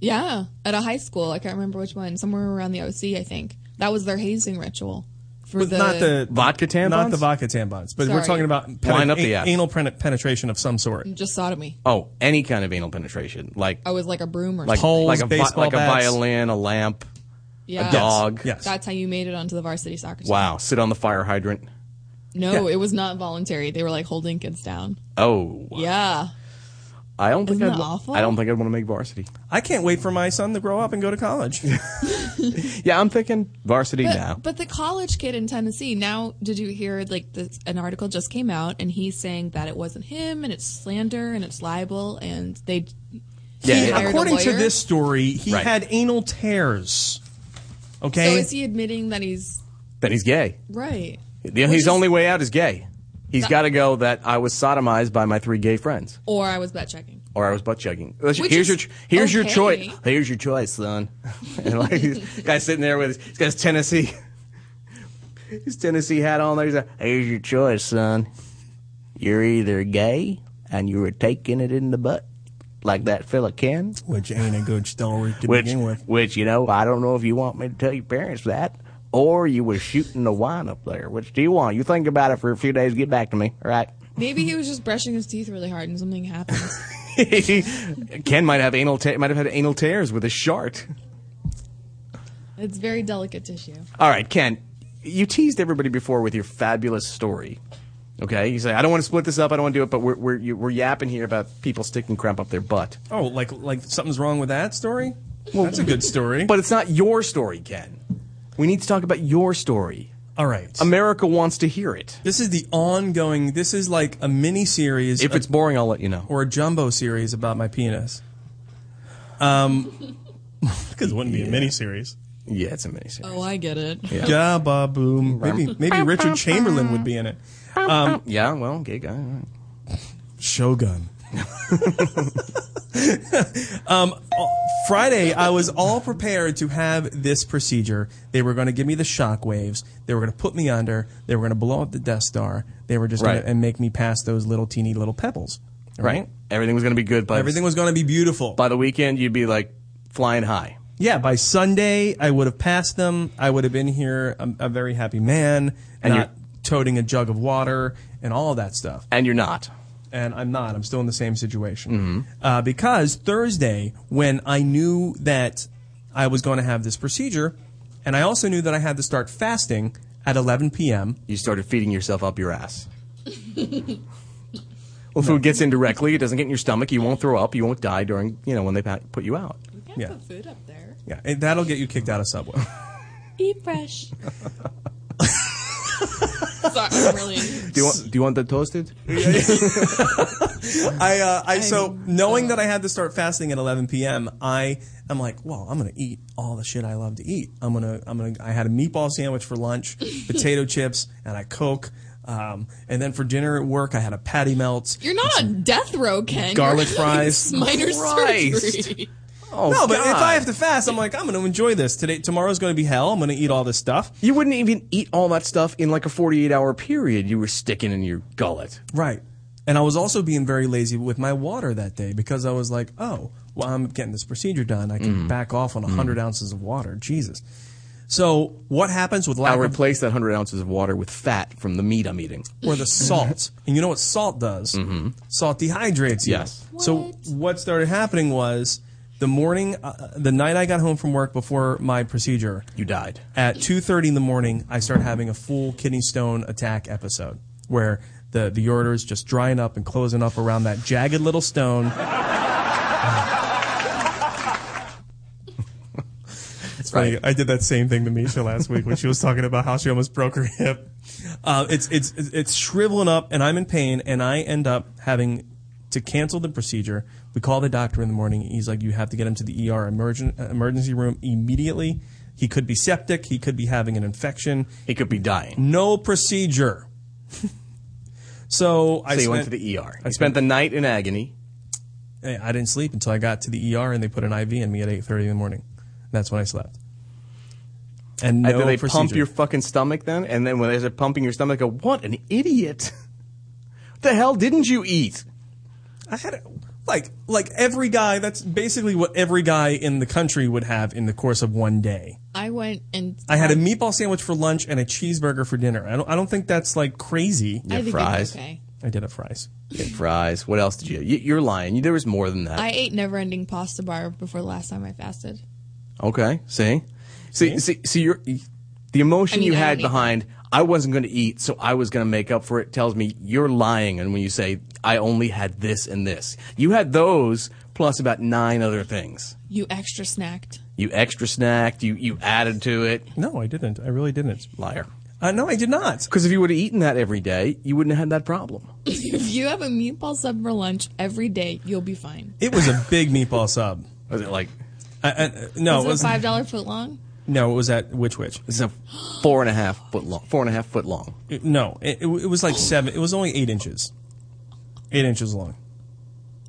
Speaker 8: Yeah, at a high school. I can't remember which one. Somewhere around the OC, I think. That was their hazing ritual. For
Speaker 7: But
Speaker 8: the,
Speaker 7: not the
Speaker 6: Vodka tampons?
Speaker 7: not the vodka tampons. But we're
Speaker 8: Sorry.
Speaker 7: talking about
Speaker 6: Line up the
Speaker 7: a-
Speaker 6: ass.
Speaker 7: anal pen- penetration of some sort.
Speaker 8: Just sodomy.
Speaker 6: Oh, any kind of anal penetration, like
Speaker 8: I was like a broom or
Speaker 6: like
Speaker 8: something.
Speaker 7: poles,
Speaker 6: like a vi-
Speaker 7: baseball
Speaker 6: like a
Speaker 7: bats.
Speaker 6: violin, a lamp,
Speaker 8: Yeah.
Speaker 6: a dog.
Speaker 8: That's how you made it onto the varsity soccer team.
Speaker 6: Wow, sit on the fire hydrant.
Speaker 8: No, it was not voluntary. They were like holding kids down.
Speaker 6: Oh,
Speaker 8: Yeah.
Speaker 6: I don't think
Speaker 8: Isn't
Speaker 6: I'd,
Speaker 8: that awful?
Speaker 6: I don't think I'd want to make varsity.
Speaker 7: I can't wait for my son to grow up and go to college.
Speaker 6: Yeah, I'm thinking varsity
Speaker 8: But,
Speaker 6: now.
Speaker 8: but the college kid in Tennessee, now, did you hear like this, an article just came out and he's saying that it wasn't him and it's slander and it's libel and they.
Speaker 7: He-
Speaker 8: he hired a
Speaker 7: according to
Speaker 8: lawyer?
Speaker 7: this story, he
Speaker 6: Right.
Speaker 7: had anal tears. Okay.
Speaker 8: So is he admitting that he's
Speaker 6: Then he's gay.
Speaker 8: right?
Speaker 6: The- His only way out is gay. He's got to go that I was sodomized by my three gay friends,
Speaker 8: Or I was bet checking.
Speaker 6: or I was butt chugging. Here's
Speaker 8: Which
Speaker 6: your
Speaker 8: is
Speaker 6: here's your
Speaker 8: okay.
Speaker 6: choice. Here's your choice, son. and like this guy's sitting there with his, this guy's Tennessee, his Tennessee hat on. There, he's like, "Here's your choice, son. You're either gay and you were taking it in the butt, like that fella Ken,
Speaker 7: Which ain't a good story to
Speaker 6: which which you know I don't know if you want me to tell your parents that." Or you were shooting the wine up there. Which do you want? You think about it for a few days. Get back to me. All right.
Speaker 8: Maybe he was just brushing his teeth really hard and something happened.
Speaker 6: Ken might have anal ta- might have had anal tears with a shart.
Speaker 8: it's very delicate tissue.
Speaker 6: All right, Ken, you teased everybody before with your fabulous story. Okay, you say I don't want to split this up. I don't want to do it, but we're we're, you, we're yapping here about people sticking crap up their butt.
Speaker 7: Oh, like like something's wrong with that story? Well, that's a good story.
Speaker 6: But it's not your story, Ken. We need to talk about your story.
Speaker 7: All right.
Speaker 6: America wants to hear it.
Speaker 7: This is the ongoing. This is like a mini series.
Speaker 6: If it's boring, I'll let you know.
Speaker 7: or a jumbo series about my penis. Um, because it wouldn't be a mini series.
Speaker 6: Yeah, it's a miniseries.
Speaker 8: Oh, I get it.
Speaker 6: Yeah.
Speaker 7: Yeah, ba boom. Maybe maybe Richard Chamberlain would be in it. Um,
Speaker 6: Yeah, well, gay guy. all right.
Speaker 7: Shogun. um, uh, Friday, I was all prepared to have this procedure. They were going to give me the shock waves. They were going to put me under. They were going to blow up the Death Star. They were just
Speaker 6: Right.
Speaker 7: going to and make me pass those little teeny little pebbles.
Speaker 6: right? Everything was going to be good by
Speaker 7: Everything was going to be beautiful.
Speaker 6: By the weekend, you'd be like flying high.
Speaker 7: Yeah, by Sunday I would have passed them. I would have been here um, a, a very happy man,
Speaker 6: And
Speaker 7: not toting a jug of water and all of that stuff.
Speaker 6: And you're not.
Speaker 7: And I'm not. I'm still in the same situation. Uh, because Thursday, when I knew that I was going to have this procedure, and I also knew that I had to start fasting at 11 p.m.
Speaker 6: You started feeding yourself up your ass. Well, food gets in directly. It doesn't get in your stomach. You won't throw up. You won't die during, you know, when they pa- put you out.
Speaker 7: Yeah.
Speaker 8: Put food up there.
Speaker 7: Yeah, and that'll get you kicked out of Subway.
Speaker 8: Eat fresh. Sorry, I'm really.
Speaker 6: Do you want, do you want that toasted?
Speaker 7: I, uh, I so knowing that I had to start fasting at 11 p.m. I am like, well, I'm gonna eat all the shit I love to eat. I'm gonna I'm gonna I had a meatball sandwich for lunch, potato chips, and I coke. Um, and then for dinner at work, I had a patty melt.
Speaker 8: You're not on death row, Ken.
Speaker 7: Garlic
Speaker 8: You're
Speaker 7: fries.
Speaker 8: having Minor
Speaker 7: Christ.
Speaker 8: surgery.
Speaker 7: no, but if
Speaker 6: Oh, God.
Speaker 7: I have to fast, I'm like, I'm gonna enjoy this today. Tomorrow's gonna be hell. I'm gonna eat all this stuff.
Speaker 6: You wouldn't even eat all that stuff in like a 48 hour period you were sticking in your gullet.
Speaker 7: Right. And I was also being very lazy with my water that day because I was like, oh, well, I'm getting this procedure done. I
Speaker 6: Mm.
Speaker 7: can back off on 100 ounces of water. Jesus. So what happens with lack
Speaker 6: I'll
Speaker 7: of
Speaker 6: replace that 100 ounces of water with fat from the meat I'm eating.
Speaker 7: or the salt? and you know what salt does? Salt dehydrates you.
Speaker 6: Mm-hmm. Yes.
Speaker 7: So what started happening was the morning, uh, the night I got home from work before my procedure,
Speaker 6: you died.
Speaker 7: At 2:30 in the morning, I started having a full kidney stone attack episode where the the ureter is just drying up and closing up around that jagged little stone. It's funny. I did that same thing to Misha last week when she was talking about how she almost broke her hip. Uh, it's it's it's shriveling up, and I'm in pain, and I end up having to cancel the procedure. We call the doctor in the morning. He's like, "You have to get him to the ER emergen- uh, emergency room immediately. He could be septic. He could be having an infection.
Speaker 6: He could be dying.
Speaker 7: No procedure." so I
Speaker 6: so you went to E
Speaker 7: spent-
Speaker 6: the ER. I spent the night in agony.
Speaker 7: I I didn't sleep until I got to the ER, and they put an IV in me at 8:30 in the morning. That's when I slept. And no
Speaker 6: and then they pump
Speaker 7: procedure.
Speaker 6: your fucking stomach then? And then when they start pumping your stomach, I go, what an idiot. what the hell didn't you eat?
Speaker 7: I had a, like like every guy. That's basically what every guy in the country would have in the course of one day.
Speaker 8: I went and
Speaker 7: I had a meatball sandwich for lunch and a cheeseburger for dinner. I don't I don't think that's like crazy.
Speaker 8: I think it's fries. okay.
Speaker 7: I did have fries.
Speaker 6: You had fries. What else did you eat? You're lying. There was more than that.
Speaker 8: I ate never-ending pasta bar before the last time I fasted.
Speaker 6: Okay. See, see, see, see your the emotion
Speaker 8: I mean,
Speaker 6: you
Speaker 8: I
Speaker 6: had
Speaker 8: don't eat
Speaker 6: behind. I wasn't going to eat, so I was going to make up for it. Tells me you're lying, and when you say I only had this and this, you had those plus about nine other things.
Speaker 8: You extra snacked.
Speaker 6: You extra snacked. You you added to it.
Speaker 7: No, I didn't. I really didn't.
Speaker 6: Liar.
Speaker 7: Uh, no, I did not.
Speaker 6: Because if you would have eaten that every day, you wouldn't have had that problem.
Speaker 8: if you have a meatball sub for lunch every day, you'll be fine.
Speaker 7: It was a big meatball sub.
Speaker 6: Was it like?
Speaker 7: I, I, no,
Speaker 8: Is
Speaker 7: it was
Speaker 8: it a five dollar foot long?
Speaker 7: no, it was at which which.
Speaker 6: It's a four and a half foot long. Four and a half foot long.
Speaker 7: It- no, it, it was like seven. It was only eight inches, eight inches long.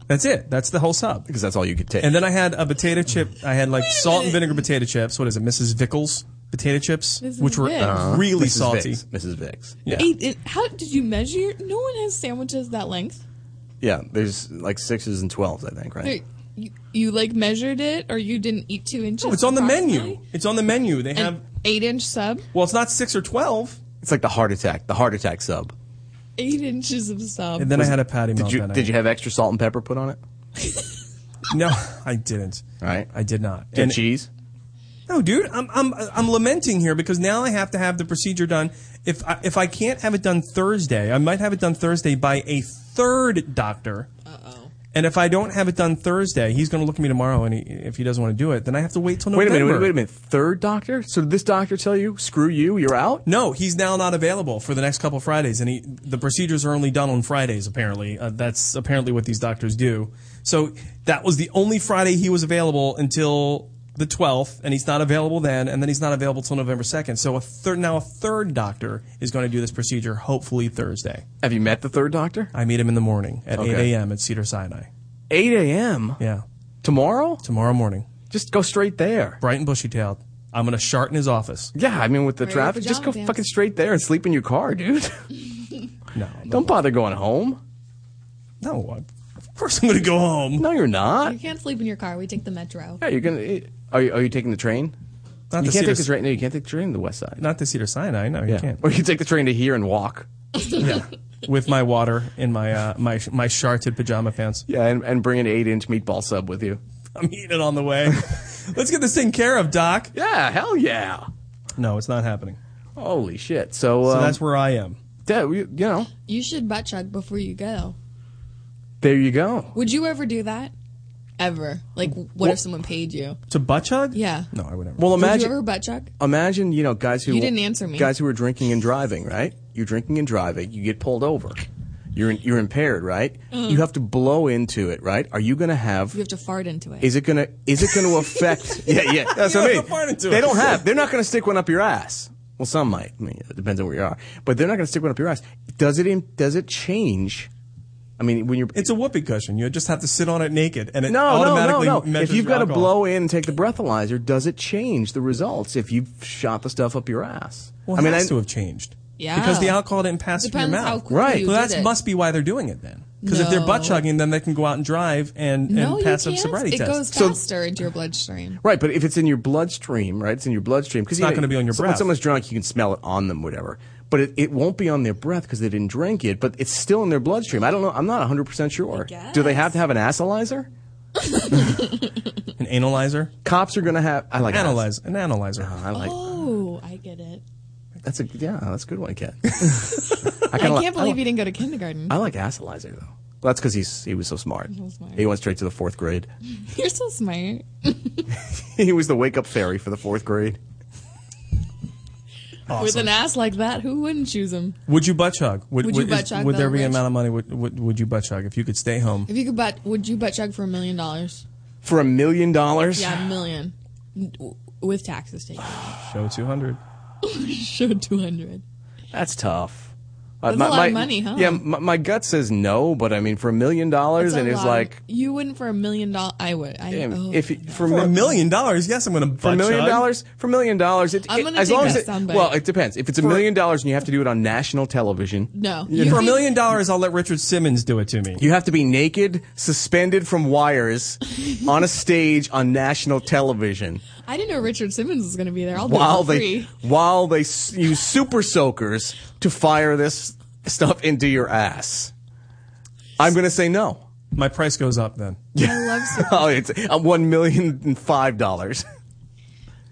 Speaker 7: That's it. That's the whole sub.
Speaker 6: Because that's all you could take.
Speaker 7: And then I had a potato chip. I had like salt and vinegar potato chips. What is it, Mrs. Vickles potato chips,
Speaker 8: Mrs.
Speaker 7: which were
Speaker 8: Vicks.
Speaker 7: really
Speaker 6: Mrs.
Speaker 7: salty.
Speaker 6: Uh-huh. Vicks. Mrs. Vicks.
Speaker 7: Yeah.
Speaker 8: Eight, it, how did you measure? No one has sandwiches that length.
Speaker 6: Yeah. There's like sixes and twelves, I think, right?
Speaker 8: There- You, you like measured it, or you didn't eat two inches?
Speaker 7: No, it's on the menu.
Speaker 8: approximately?
Speaker 7: It's on the menu. They have.
Speaker 8: An eight inch sub,
Speaker 7: Well, it's not six or twelve.
Speaker 6: It's like the heart attack. The heart attack sub.
Speaker 8: eight inches of sub.
Speaker 7: And then I had a patty
Speaker 6: Did
Speaker 7: melt.
Speaker 6: you
Speaker 7: that
Speaker 6: did
Speaker 7: I-
Speaker 6: you have extra salt and pepper put on it?
Speaker 7: No, I didn't.
Speaker 6: All right.
Speaker 7: I did not.
Speaker 6: Did
Speaker 7: And-
Speaker 6: cheese?
Speaker 7: No, dude, I'm I'm I'm lamenting here because now I have to have the procedure done. If I, if I can't have it done Thursday, I might have it done Thursday by a third doctor. Uh oh. And if I don't have it done Thursday, he's going to look at me tomorrow, and he, if he doesn't want to do it, then I have to wait till
Speaker 6: Wait a
Speaker 7: November.
Speaker 6: minute. Wait, wait a minute. Third doctor? So did this doctor tell you, screw you, you're out?
Speaker 7: No, he's now not available for the next couple Fridays, and he, the procedures are only done on Fridays. Apparently, uh, that's apparently what these doctors do. So that was the only Friday he was available until the twelfth, and he's not available then, and then he's not available till November second. So a third now a third doctor is going to do this procedure, hopefully Thursday.
Speaker 6: Have you met the third doctor?
Speaker 7: I meet him in the morning at
Speaker 6: Okay.
Speaker 7: eight a.m. at Cedar Sinai.
Speaker 6: 8 a.m.
Speaker 7: Yeah,
Speaker 6: Tomorrow?
Speaker 7: tomorrow morning,
Speaker 6: Just go straight there.
Speaker 7: bright and bushy tailed. I'm going to shart in his office.
Speaker 6: Yeah, I mean, with the
Speaker 8: Wear your
Speaker 6: traffic, just go
Speaker 8: pajama pants.
Speaker 6: fucking straight there and sleep in your car, dude.
Speaker 7: No,
Speaker 6: Don't bother going home.
Speaker 7: no, I'm Of course, I'm going to go home.
Speaker 6: No, you're not.
Speaker 8: You can't sleep in your car. We take the metro.
Speaker 6: Yeah, you're gonna. eh, Are you, are you taking the train?
Speaker 7: Not
Speaker 6: you
Speaker 7: to
Speaker 6: can't
Speaker 7: Cedar-
Speaker 6: take the train. No, you can't take the train to the West Side.
Speaker 7: Not to Cedar Sinai. No, you can't.
Speaker 6: Or you take the train to here and walk.
Speaker 7: yeah. With my water in my uh, my my sharted pajama pants.
Speaker 6: Yeah, and, and bring an eight-inch meatball sub with you.
Speaker 7: I'm eating it on the way. Let's get this taken care of, Doc.
Speaker 6: Yeah, hell yeah.
Speaker 7: No, it's not happening.
Speaker 6: Holy shit! So,
Speaker 7: So
Speaker 6: um,
Speaker 7: that's where I am.
Speaker 6: Yeah, we- you know,
Speaker 8: You should butt chug before you go.
Speaker 6: there you go.
Speaker 8: Would you ever do that? Ever? Like, what
Speaker 6: Well-
Speaker 8: if someone paid you?
Speaker 7: To butt chug?
Speaker 8: Yeah.
Speaker 7: No, I would never.
Speaker 6: Well,
Speaker 8: Did you
Speaker 6: imagine.
Speaker 8: ever butt chug?
Speaker 6: Imagine you know guys who
Speaker 8: You didn't answer me.
Speaker 6: Guys who are drinking and driving, right? You're drinking and driving. You get pulled over. You're you're impaired, right?
Speaker 8: Mhm.
Speaker 6: You have to blow into it, right? Are you going to have?
Speaker 8: You have to fart into it.
Speaker 6: Is it gonna? Is it gonna affect? yeah, yeah. That's
Speaker 7: You
Speaker 6: what I mean.
Speaker 7: have to fart into
Speaker 6: they
Speaker 7: it.
Speaker 6: don't have. They're not gonna stick one up your ass. Well, some might. I mean, it depends on where you are. But they're not gonna stick one up your ass. Does it? im- Does it change? I mean, when you're.
Speaker 7: It's a whoopee cushion. You just have to sit on it naked, and it
Speaker 6: No, no, no,
Speaker 7: automatically
Speaker 6: no.
Speaker 7: measures
Speaker 6: If you've
Speaker 7: your
Speaker 6: got to
Speaker 7: alcohol.
Speaker 6: blow in and take the breathalyzer, does it change the results if you've shot the stuff up your ass?
Speaker 7: Well, it
Speaker 6: I mean,
Speaker 7: has
Speaker 6: I,
Speaker 7: to have changed.
Speaker 8: Yeah.
Speaker 7: Because the alcohol didn't pass
Speaker 8: Depends
Speaker 7: through your mouth.
Speaker 8: how quickly Right. you
Speaker 7: So
Speaker 8: did
Speaker 7: that
Speaker 8: it.
Speaker 7: must be why they're doing it then. Because if they're butt
Speaker 8: No.
Speaker 7: chugging, then they can go out and drive and,
Speaker 8: no,
Speaker 7: and pass
Speaker 8: you
Speaker 7: a
Speaker 8: can't.
Speaker 7: sobriety
Speaker 8: it
Speaker 7: test.
Speaker 8: goes
Speaker 6: So-
Speaker 8: faster into your bloodstream.
Speaker 6: Right, but if it's in your bloodstream, right, it's in your bloodstream. Because
Speaker 7: It's not gonna be on your
Speaker 6: When
Speaker 7: breath.
Speaker 6: someone's drunk, you can smell it on them, whatever. But it, it won't be on their breath because they didn't drink it. But it's still in their bloodstream. I don't know. I'm not 100 percent sure. Do they have to have an acylizer?
Speaker 7: an analyzer.
Speaker 6: Cops are going to have. I like
Speaker 7: Analyze-
Speaker 6: ass-
Speaker 7: an analyzer.
Speaker 6: Oh, I like.
Speaker 8: Oh, I get it.
Speaker 6: That's a yeah. That's a good one, Kat.
Speaker 8: I,
Speaker 6: kinda
Speaker 8: can't
Speaker 6: li-
Speaker 8: believe
Speaker 6: li-
Speaker 8: you didn't go to kindergarten.
Speaker 6: I like acylizer though. Well, that's because he's he was so smart.
Speaker 8: He was smart.
Speaker 6: He went straight to the fourth grade.
Speaker 8: You're so smart.
Speaker 6: he was the wake up fairy for the fourth grade.
Speaker 8: With an ass like that, who wouldn't choose him?
Speaker 7: Would you butt chug?
Speaker 8: Would you butt chug,
Speaker 7: would there
Speaker 8: Bill
Speaker 7: be an
Speaker 8: Lynch?
Speaker 7: amount of money? Would, would, would you butt chug if you could stay home?
Speaker 8: If you could butt, would you butt chug for a million dollars?
Speaker 6: For a million dollars?
Speaker 8: Yeah, a million. W- With taxes taken.
Speaker 7: Show 200.
Speaker 8: Show 200.
Speaker 6: That's tough.
Speaker 8: That's a lot of money, huh?
Speaker 6: Yeah, my, my gut says no, but I mean, for a million dollars,
Speaker 8: That's a
Speaker 6: and it's
Speaker 8: lot.
Speaker 6: like
Speaker 8: You wouldn't for a million dollars. I would. I,
Speaker 6: damn,
Speaker 8: oh.
Speaker 6: if it- for,
Speaker 7: For a
Speaker 6: mil-
Speaker 7: million dollars, yes, I'm going to butt
Speaker 6: for a million
Speaker 7: chug.
Speaker 6: dollars, for a million dollars, it,
Speaker 8: I'm
Speaker 6: it-
Speaker 8: gonna
Speaker 6: as
Speaker 8: take
Speaker 6: long as
Speaker 8: that
Speaker 6: it,
Speaker 8: soundbite.
Speaker 6: well, it depends. If it's a
Speaker 8: For-
Speaker 6: million dollars and you have to do it on national television,
Speaker 8: No.
Speaker 6: You
Speaker 8: You'd
Speaker 7: For a
Speaker 8: be-
Speaker 7: million dollars, I'll let Richard Simmons do it to me.
Speaker 6: you have to be naked, suspended from wires, on a stage on national television
Speaker 8: I didn't know Richard Simmons was going to be there. I'll
Speaker 6: while
Speaker 8: do it for
Speaker 6: they
Speaker 8: free.
Speaker 6: while they s- use super soakers to fire this stuff into your ass. I'm gonna say no.
Speaker 7: My price goes up then.
Speaker 8: I love Super-
Speaker 6: Oh, it's uh, one million and five dollars.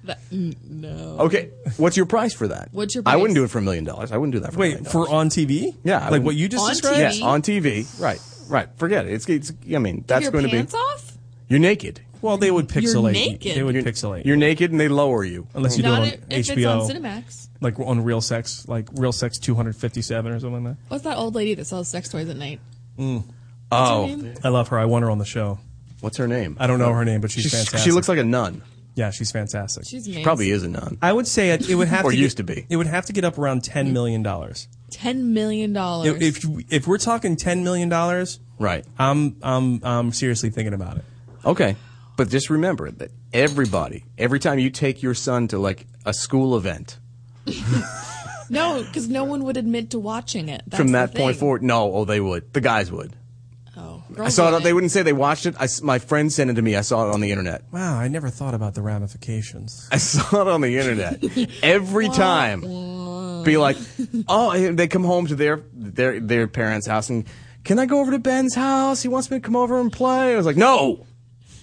Speaker 8: that. mm, No.
Speaker 6: Okay, what's your price for that?
Speaker 8: What's your
Speaker 6: I wouldn't
Speaker 8: price?
Speaker 6: do it for a million dollars. I wouldn't do that for. a
Speaker 7: Wait,
Speaker 6: million
Speaker 7: for
Speaker 6: dollars.
Speaker 7: on TV?
Speaker 6: yeah, I
Speaker 7: like
Speaker 6: wouldn't-
Speaker 7: what you just
Speaker 8: On
Speaker 7: described.
Speaker 8: TV?
Speaker 6: Yes, on TV. Right, right. Forget it. It's, it's I mean, that's
Speaker 8: your
Speaker 6: going to
Speaker 8: pants
Speaker 6: be
Speaker 8: off?
Speaker 6: you're naked.
Speaker 7: Well, they would pixelate.
Speaker 8: You're
Speaker 7: you.
Speaker 8: naked.
Speaker 7: They would
Speaker 8: You're-
Speaker 7: pixelate. Oh.
Speaker 6: You're naked and they lower you.
Speaker 7: Unless you do it
Speaker 8: Not
Speaker 7: on
Speaker 8: if it's on
Speaker 7: HBO,
Speaker 8: Cinemax.
Speaker 7: like on Real Sex, like Real Sex 257 or something like
Speaker 8: What's that old lady that sells sex toys at night?
Speaker 6: Oh,
Speaker 7: that. I love her. I want her on the show.
Speaker 6: what's her name?
Speaker 7: I don't know her name, but she's,
Speaker 6: She's-
Speaker 7: fantastic.
Speaker 6: She looks like a nun.
Speaker 7: yeah, she's fantastic.
Speaker 8: She's amazing.
Speaker 6: She probably is a nun.
Speaker 7: I would say it, it would have
Speaker 6: Or
Speaker 7: to
Speaker 6: used
Speaker 7: get-
Speaker 6: to be.
Speaker 7: It would have to get up around ten million dollars.
Speaker 8: $10 million.
Speaker 7: If if, you- if we're talking ten million dollars,
Speaker 6: Right.
Speaker 7: I'm I'm I'm seriously thinking about it.
Speaker 6: Okay, but just remember that everybody, every time you take your son to like a school event,
Speaker 8: No, because no one would admit to watching it. That's
Speaker 6: from
Speaker 8: the
Speaker 6: that point
Speaker 8: thing.
Speaker 6: forward, no, oh, they would. The guys would.
Speaker 8: Oh,
Speaker 6: I
Speaker 8: girls
Speaker 6: saw it.
Speaker 8: wouldn't.
Speaker 6: They wouldn't say they watched it. I s my friend sent it to me. I saw it on the internet.
Speaker 7: Wow, I never thought about the ramifications.
Speaker 6: I saw it on the internet every time. Be like, oh, they come home to their their their parents' house and can I go over to Ben's house? He wants me to come over and play. I was like, no,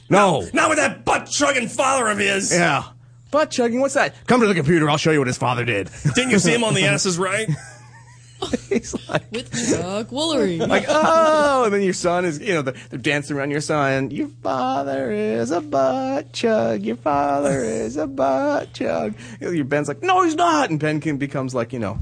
Speaker 6: no,
Speaker 7: Not with that butt chugging father of his.
Speaker 6: yeah. Butt chugging, what's that? Come to the computer. I'll show you what his father did.
Speaker 7: Didn't you see him on the asses right?
Speaker 6: He's like,
Speaker 8: With Chuck Woolery.
Speaker 6: like, oh, and then your son is, you know, they're, they're dancing around your son. Your father is a butt chug. Your father is a butt chug. You know, your Ben's like, no, he's not. And Ben can, becomes like, you know,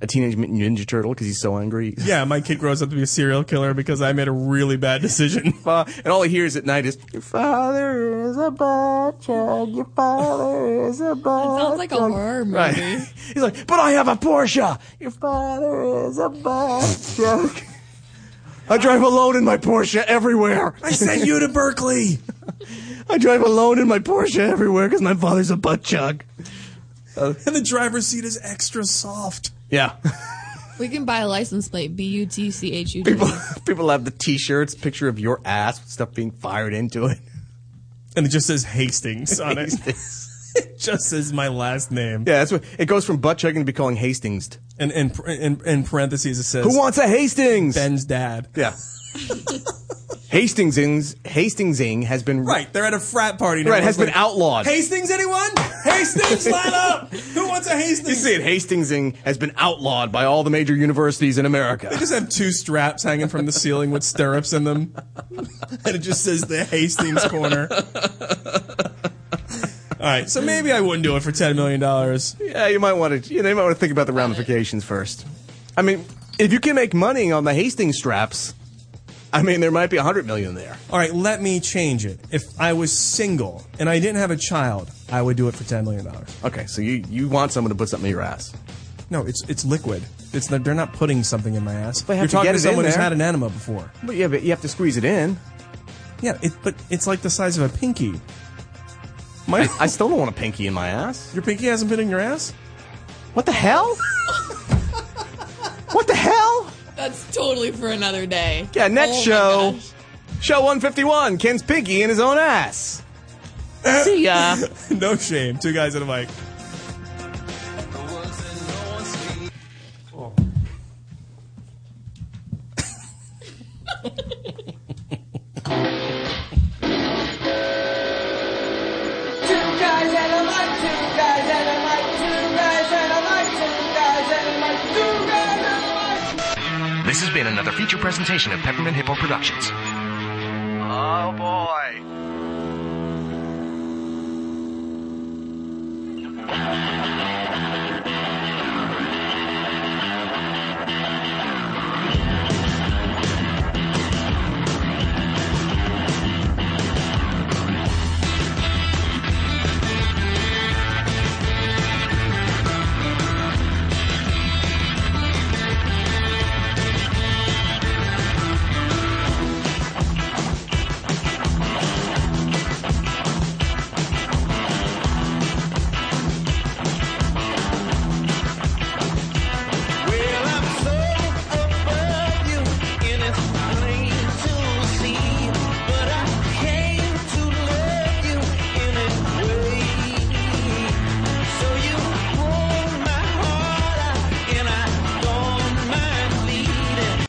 Speaker 6: a teenage mutant ninja turtle because he's so angry.
Speaker 7: yeah, my kid grows up to be a serial killer because I made a really bad decision.
Speaker 6: Fa- And all he hears at night is, your father is a butt chug. Your father is a butt
Speaker 8: Sounds like a horror movie.
Speaker 6: Right. He's like, but I have a Porsche. Your father is a butt chug. I drive alone in my Porsche everywhere.
Speaker 7: I sent you to Berkeley.
Speaker 6: I drive alone in my Porsche everywhere because my father's a butt chug.
Speaker 7: And the driver's seat is extra soft.
Speaker 6: Yeah.
Speaker 8: We can buy a license plate. B U T C H U D.
Speaker 6: People have the T-shirts, picture of your ass with stuff being fired into it.
Speaker 7: And it just says Hastings on it. it just says my last name.
Speaker 6: Yeah, that's what it goes from butt chugging to be calling Hastings.
Speaker 7: And in in, in parentheses it says
Speaker 6: Who wants a Hastings?
Speaker 7: Ben's dad.
Speaker 6: Yeah. Hastings Hastingsing has been
Speaker 7: Right, they're at a frat party. and
Speaker 6: Right, has
Speaker 7: everyone's
Speaker 6: been outlawed.
Speaker 7: Hastings, anyone? Hastings, line up. Who wants a Hastings?
Speaker 6: You see it, Hastingsing has been outlawed by all the major universities in America.
Speaker 7: They just have two straps hanging from the ceiling with stirrups in them, and it just says the Hastings corner. All right, so maybe I wouldn't do it for ten million dollars.
Speaker 6: Yeah, you might want to. You, know, you might want to think about the ramifications first. I mean, if you can make money on the Hastings straps, I mean, there might be a hundred million there.
Speaker 7: All right, let me change it. If I was single and I didn't have a child, I would do it for ten million dollars.
Speaker 6: Okay, so you you want someone to put something in your ass?
Speaker 7: No, it's it's liquid. It's not, they're not putting something in my ass.
Speaker 6: have
Speaker 7: You're
Speaker 6: to get
Speaker 7: talking to
Speaker 6: it in
Speaker 7: someone who's
Speaker 6: there.
Speaker 7: had an enema before.
Speaker 6: But yeah, but you have to squeeze it in.
Speaker 7: Yeah, it, but it's like the size of a pinky. My,
Speaker 6: I still don't want a pinky in my ass.
Speaker 7: your pinky hasn't been in your ass.
Speaker 6: What the hell? what the hell?
Speaker 8: That's totally for another day.
Speaker 6: Yeah, next
Speaker 8: Oh my
Speaker 6: show.
Speaker 8: gosh.
Speaker 6: Show 151, Ken's pinky in his own ass. See ya.
Speaker 7: no shame. Two guys in a mic.
Speaker 1: This has been another feature presentation of Peppermint Hippo Productions.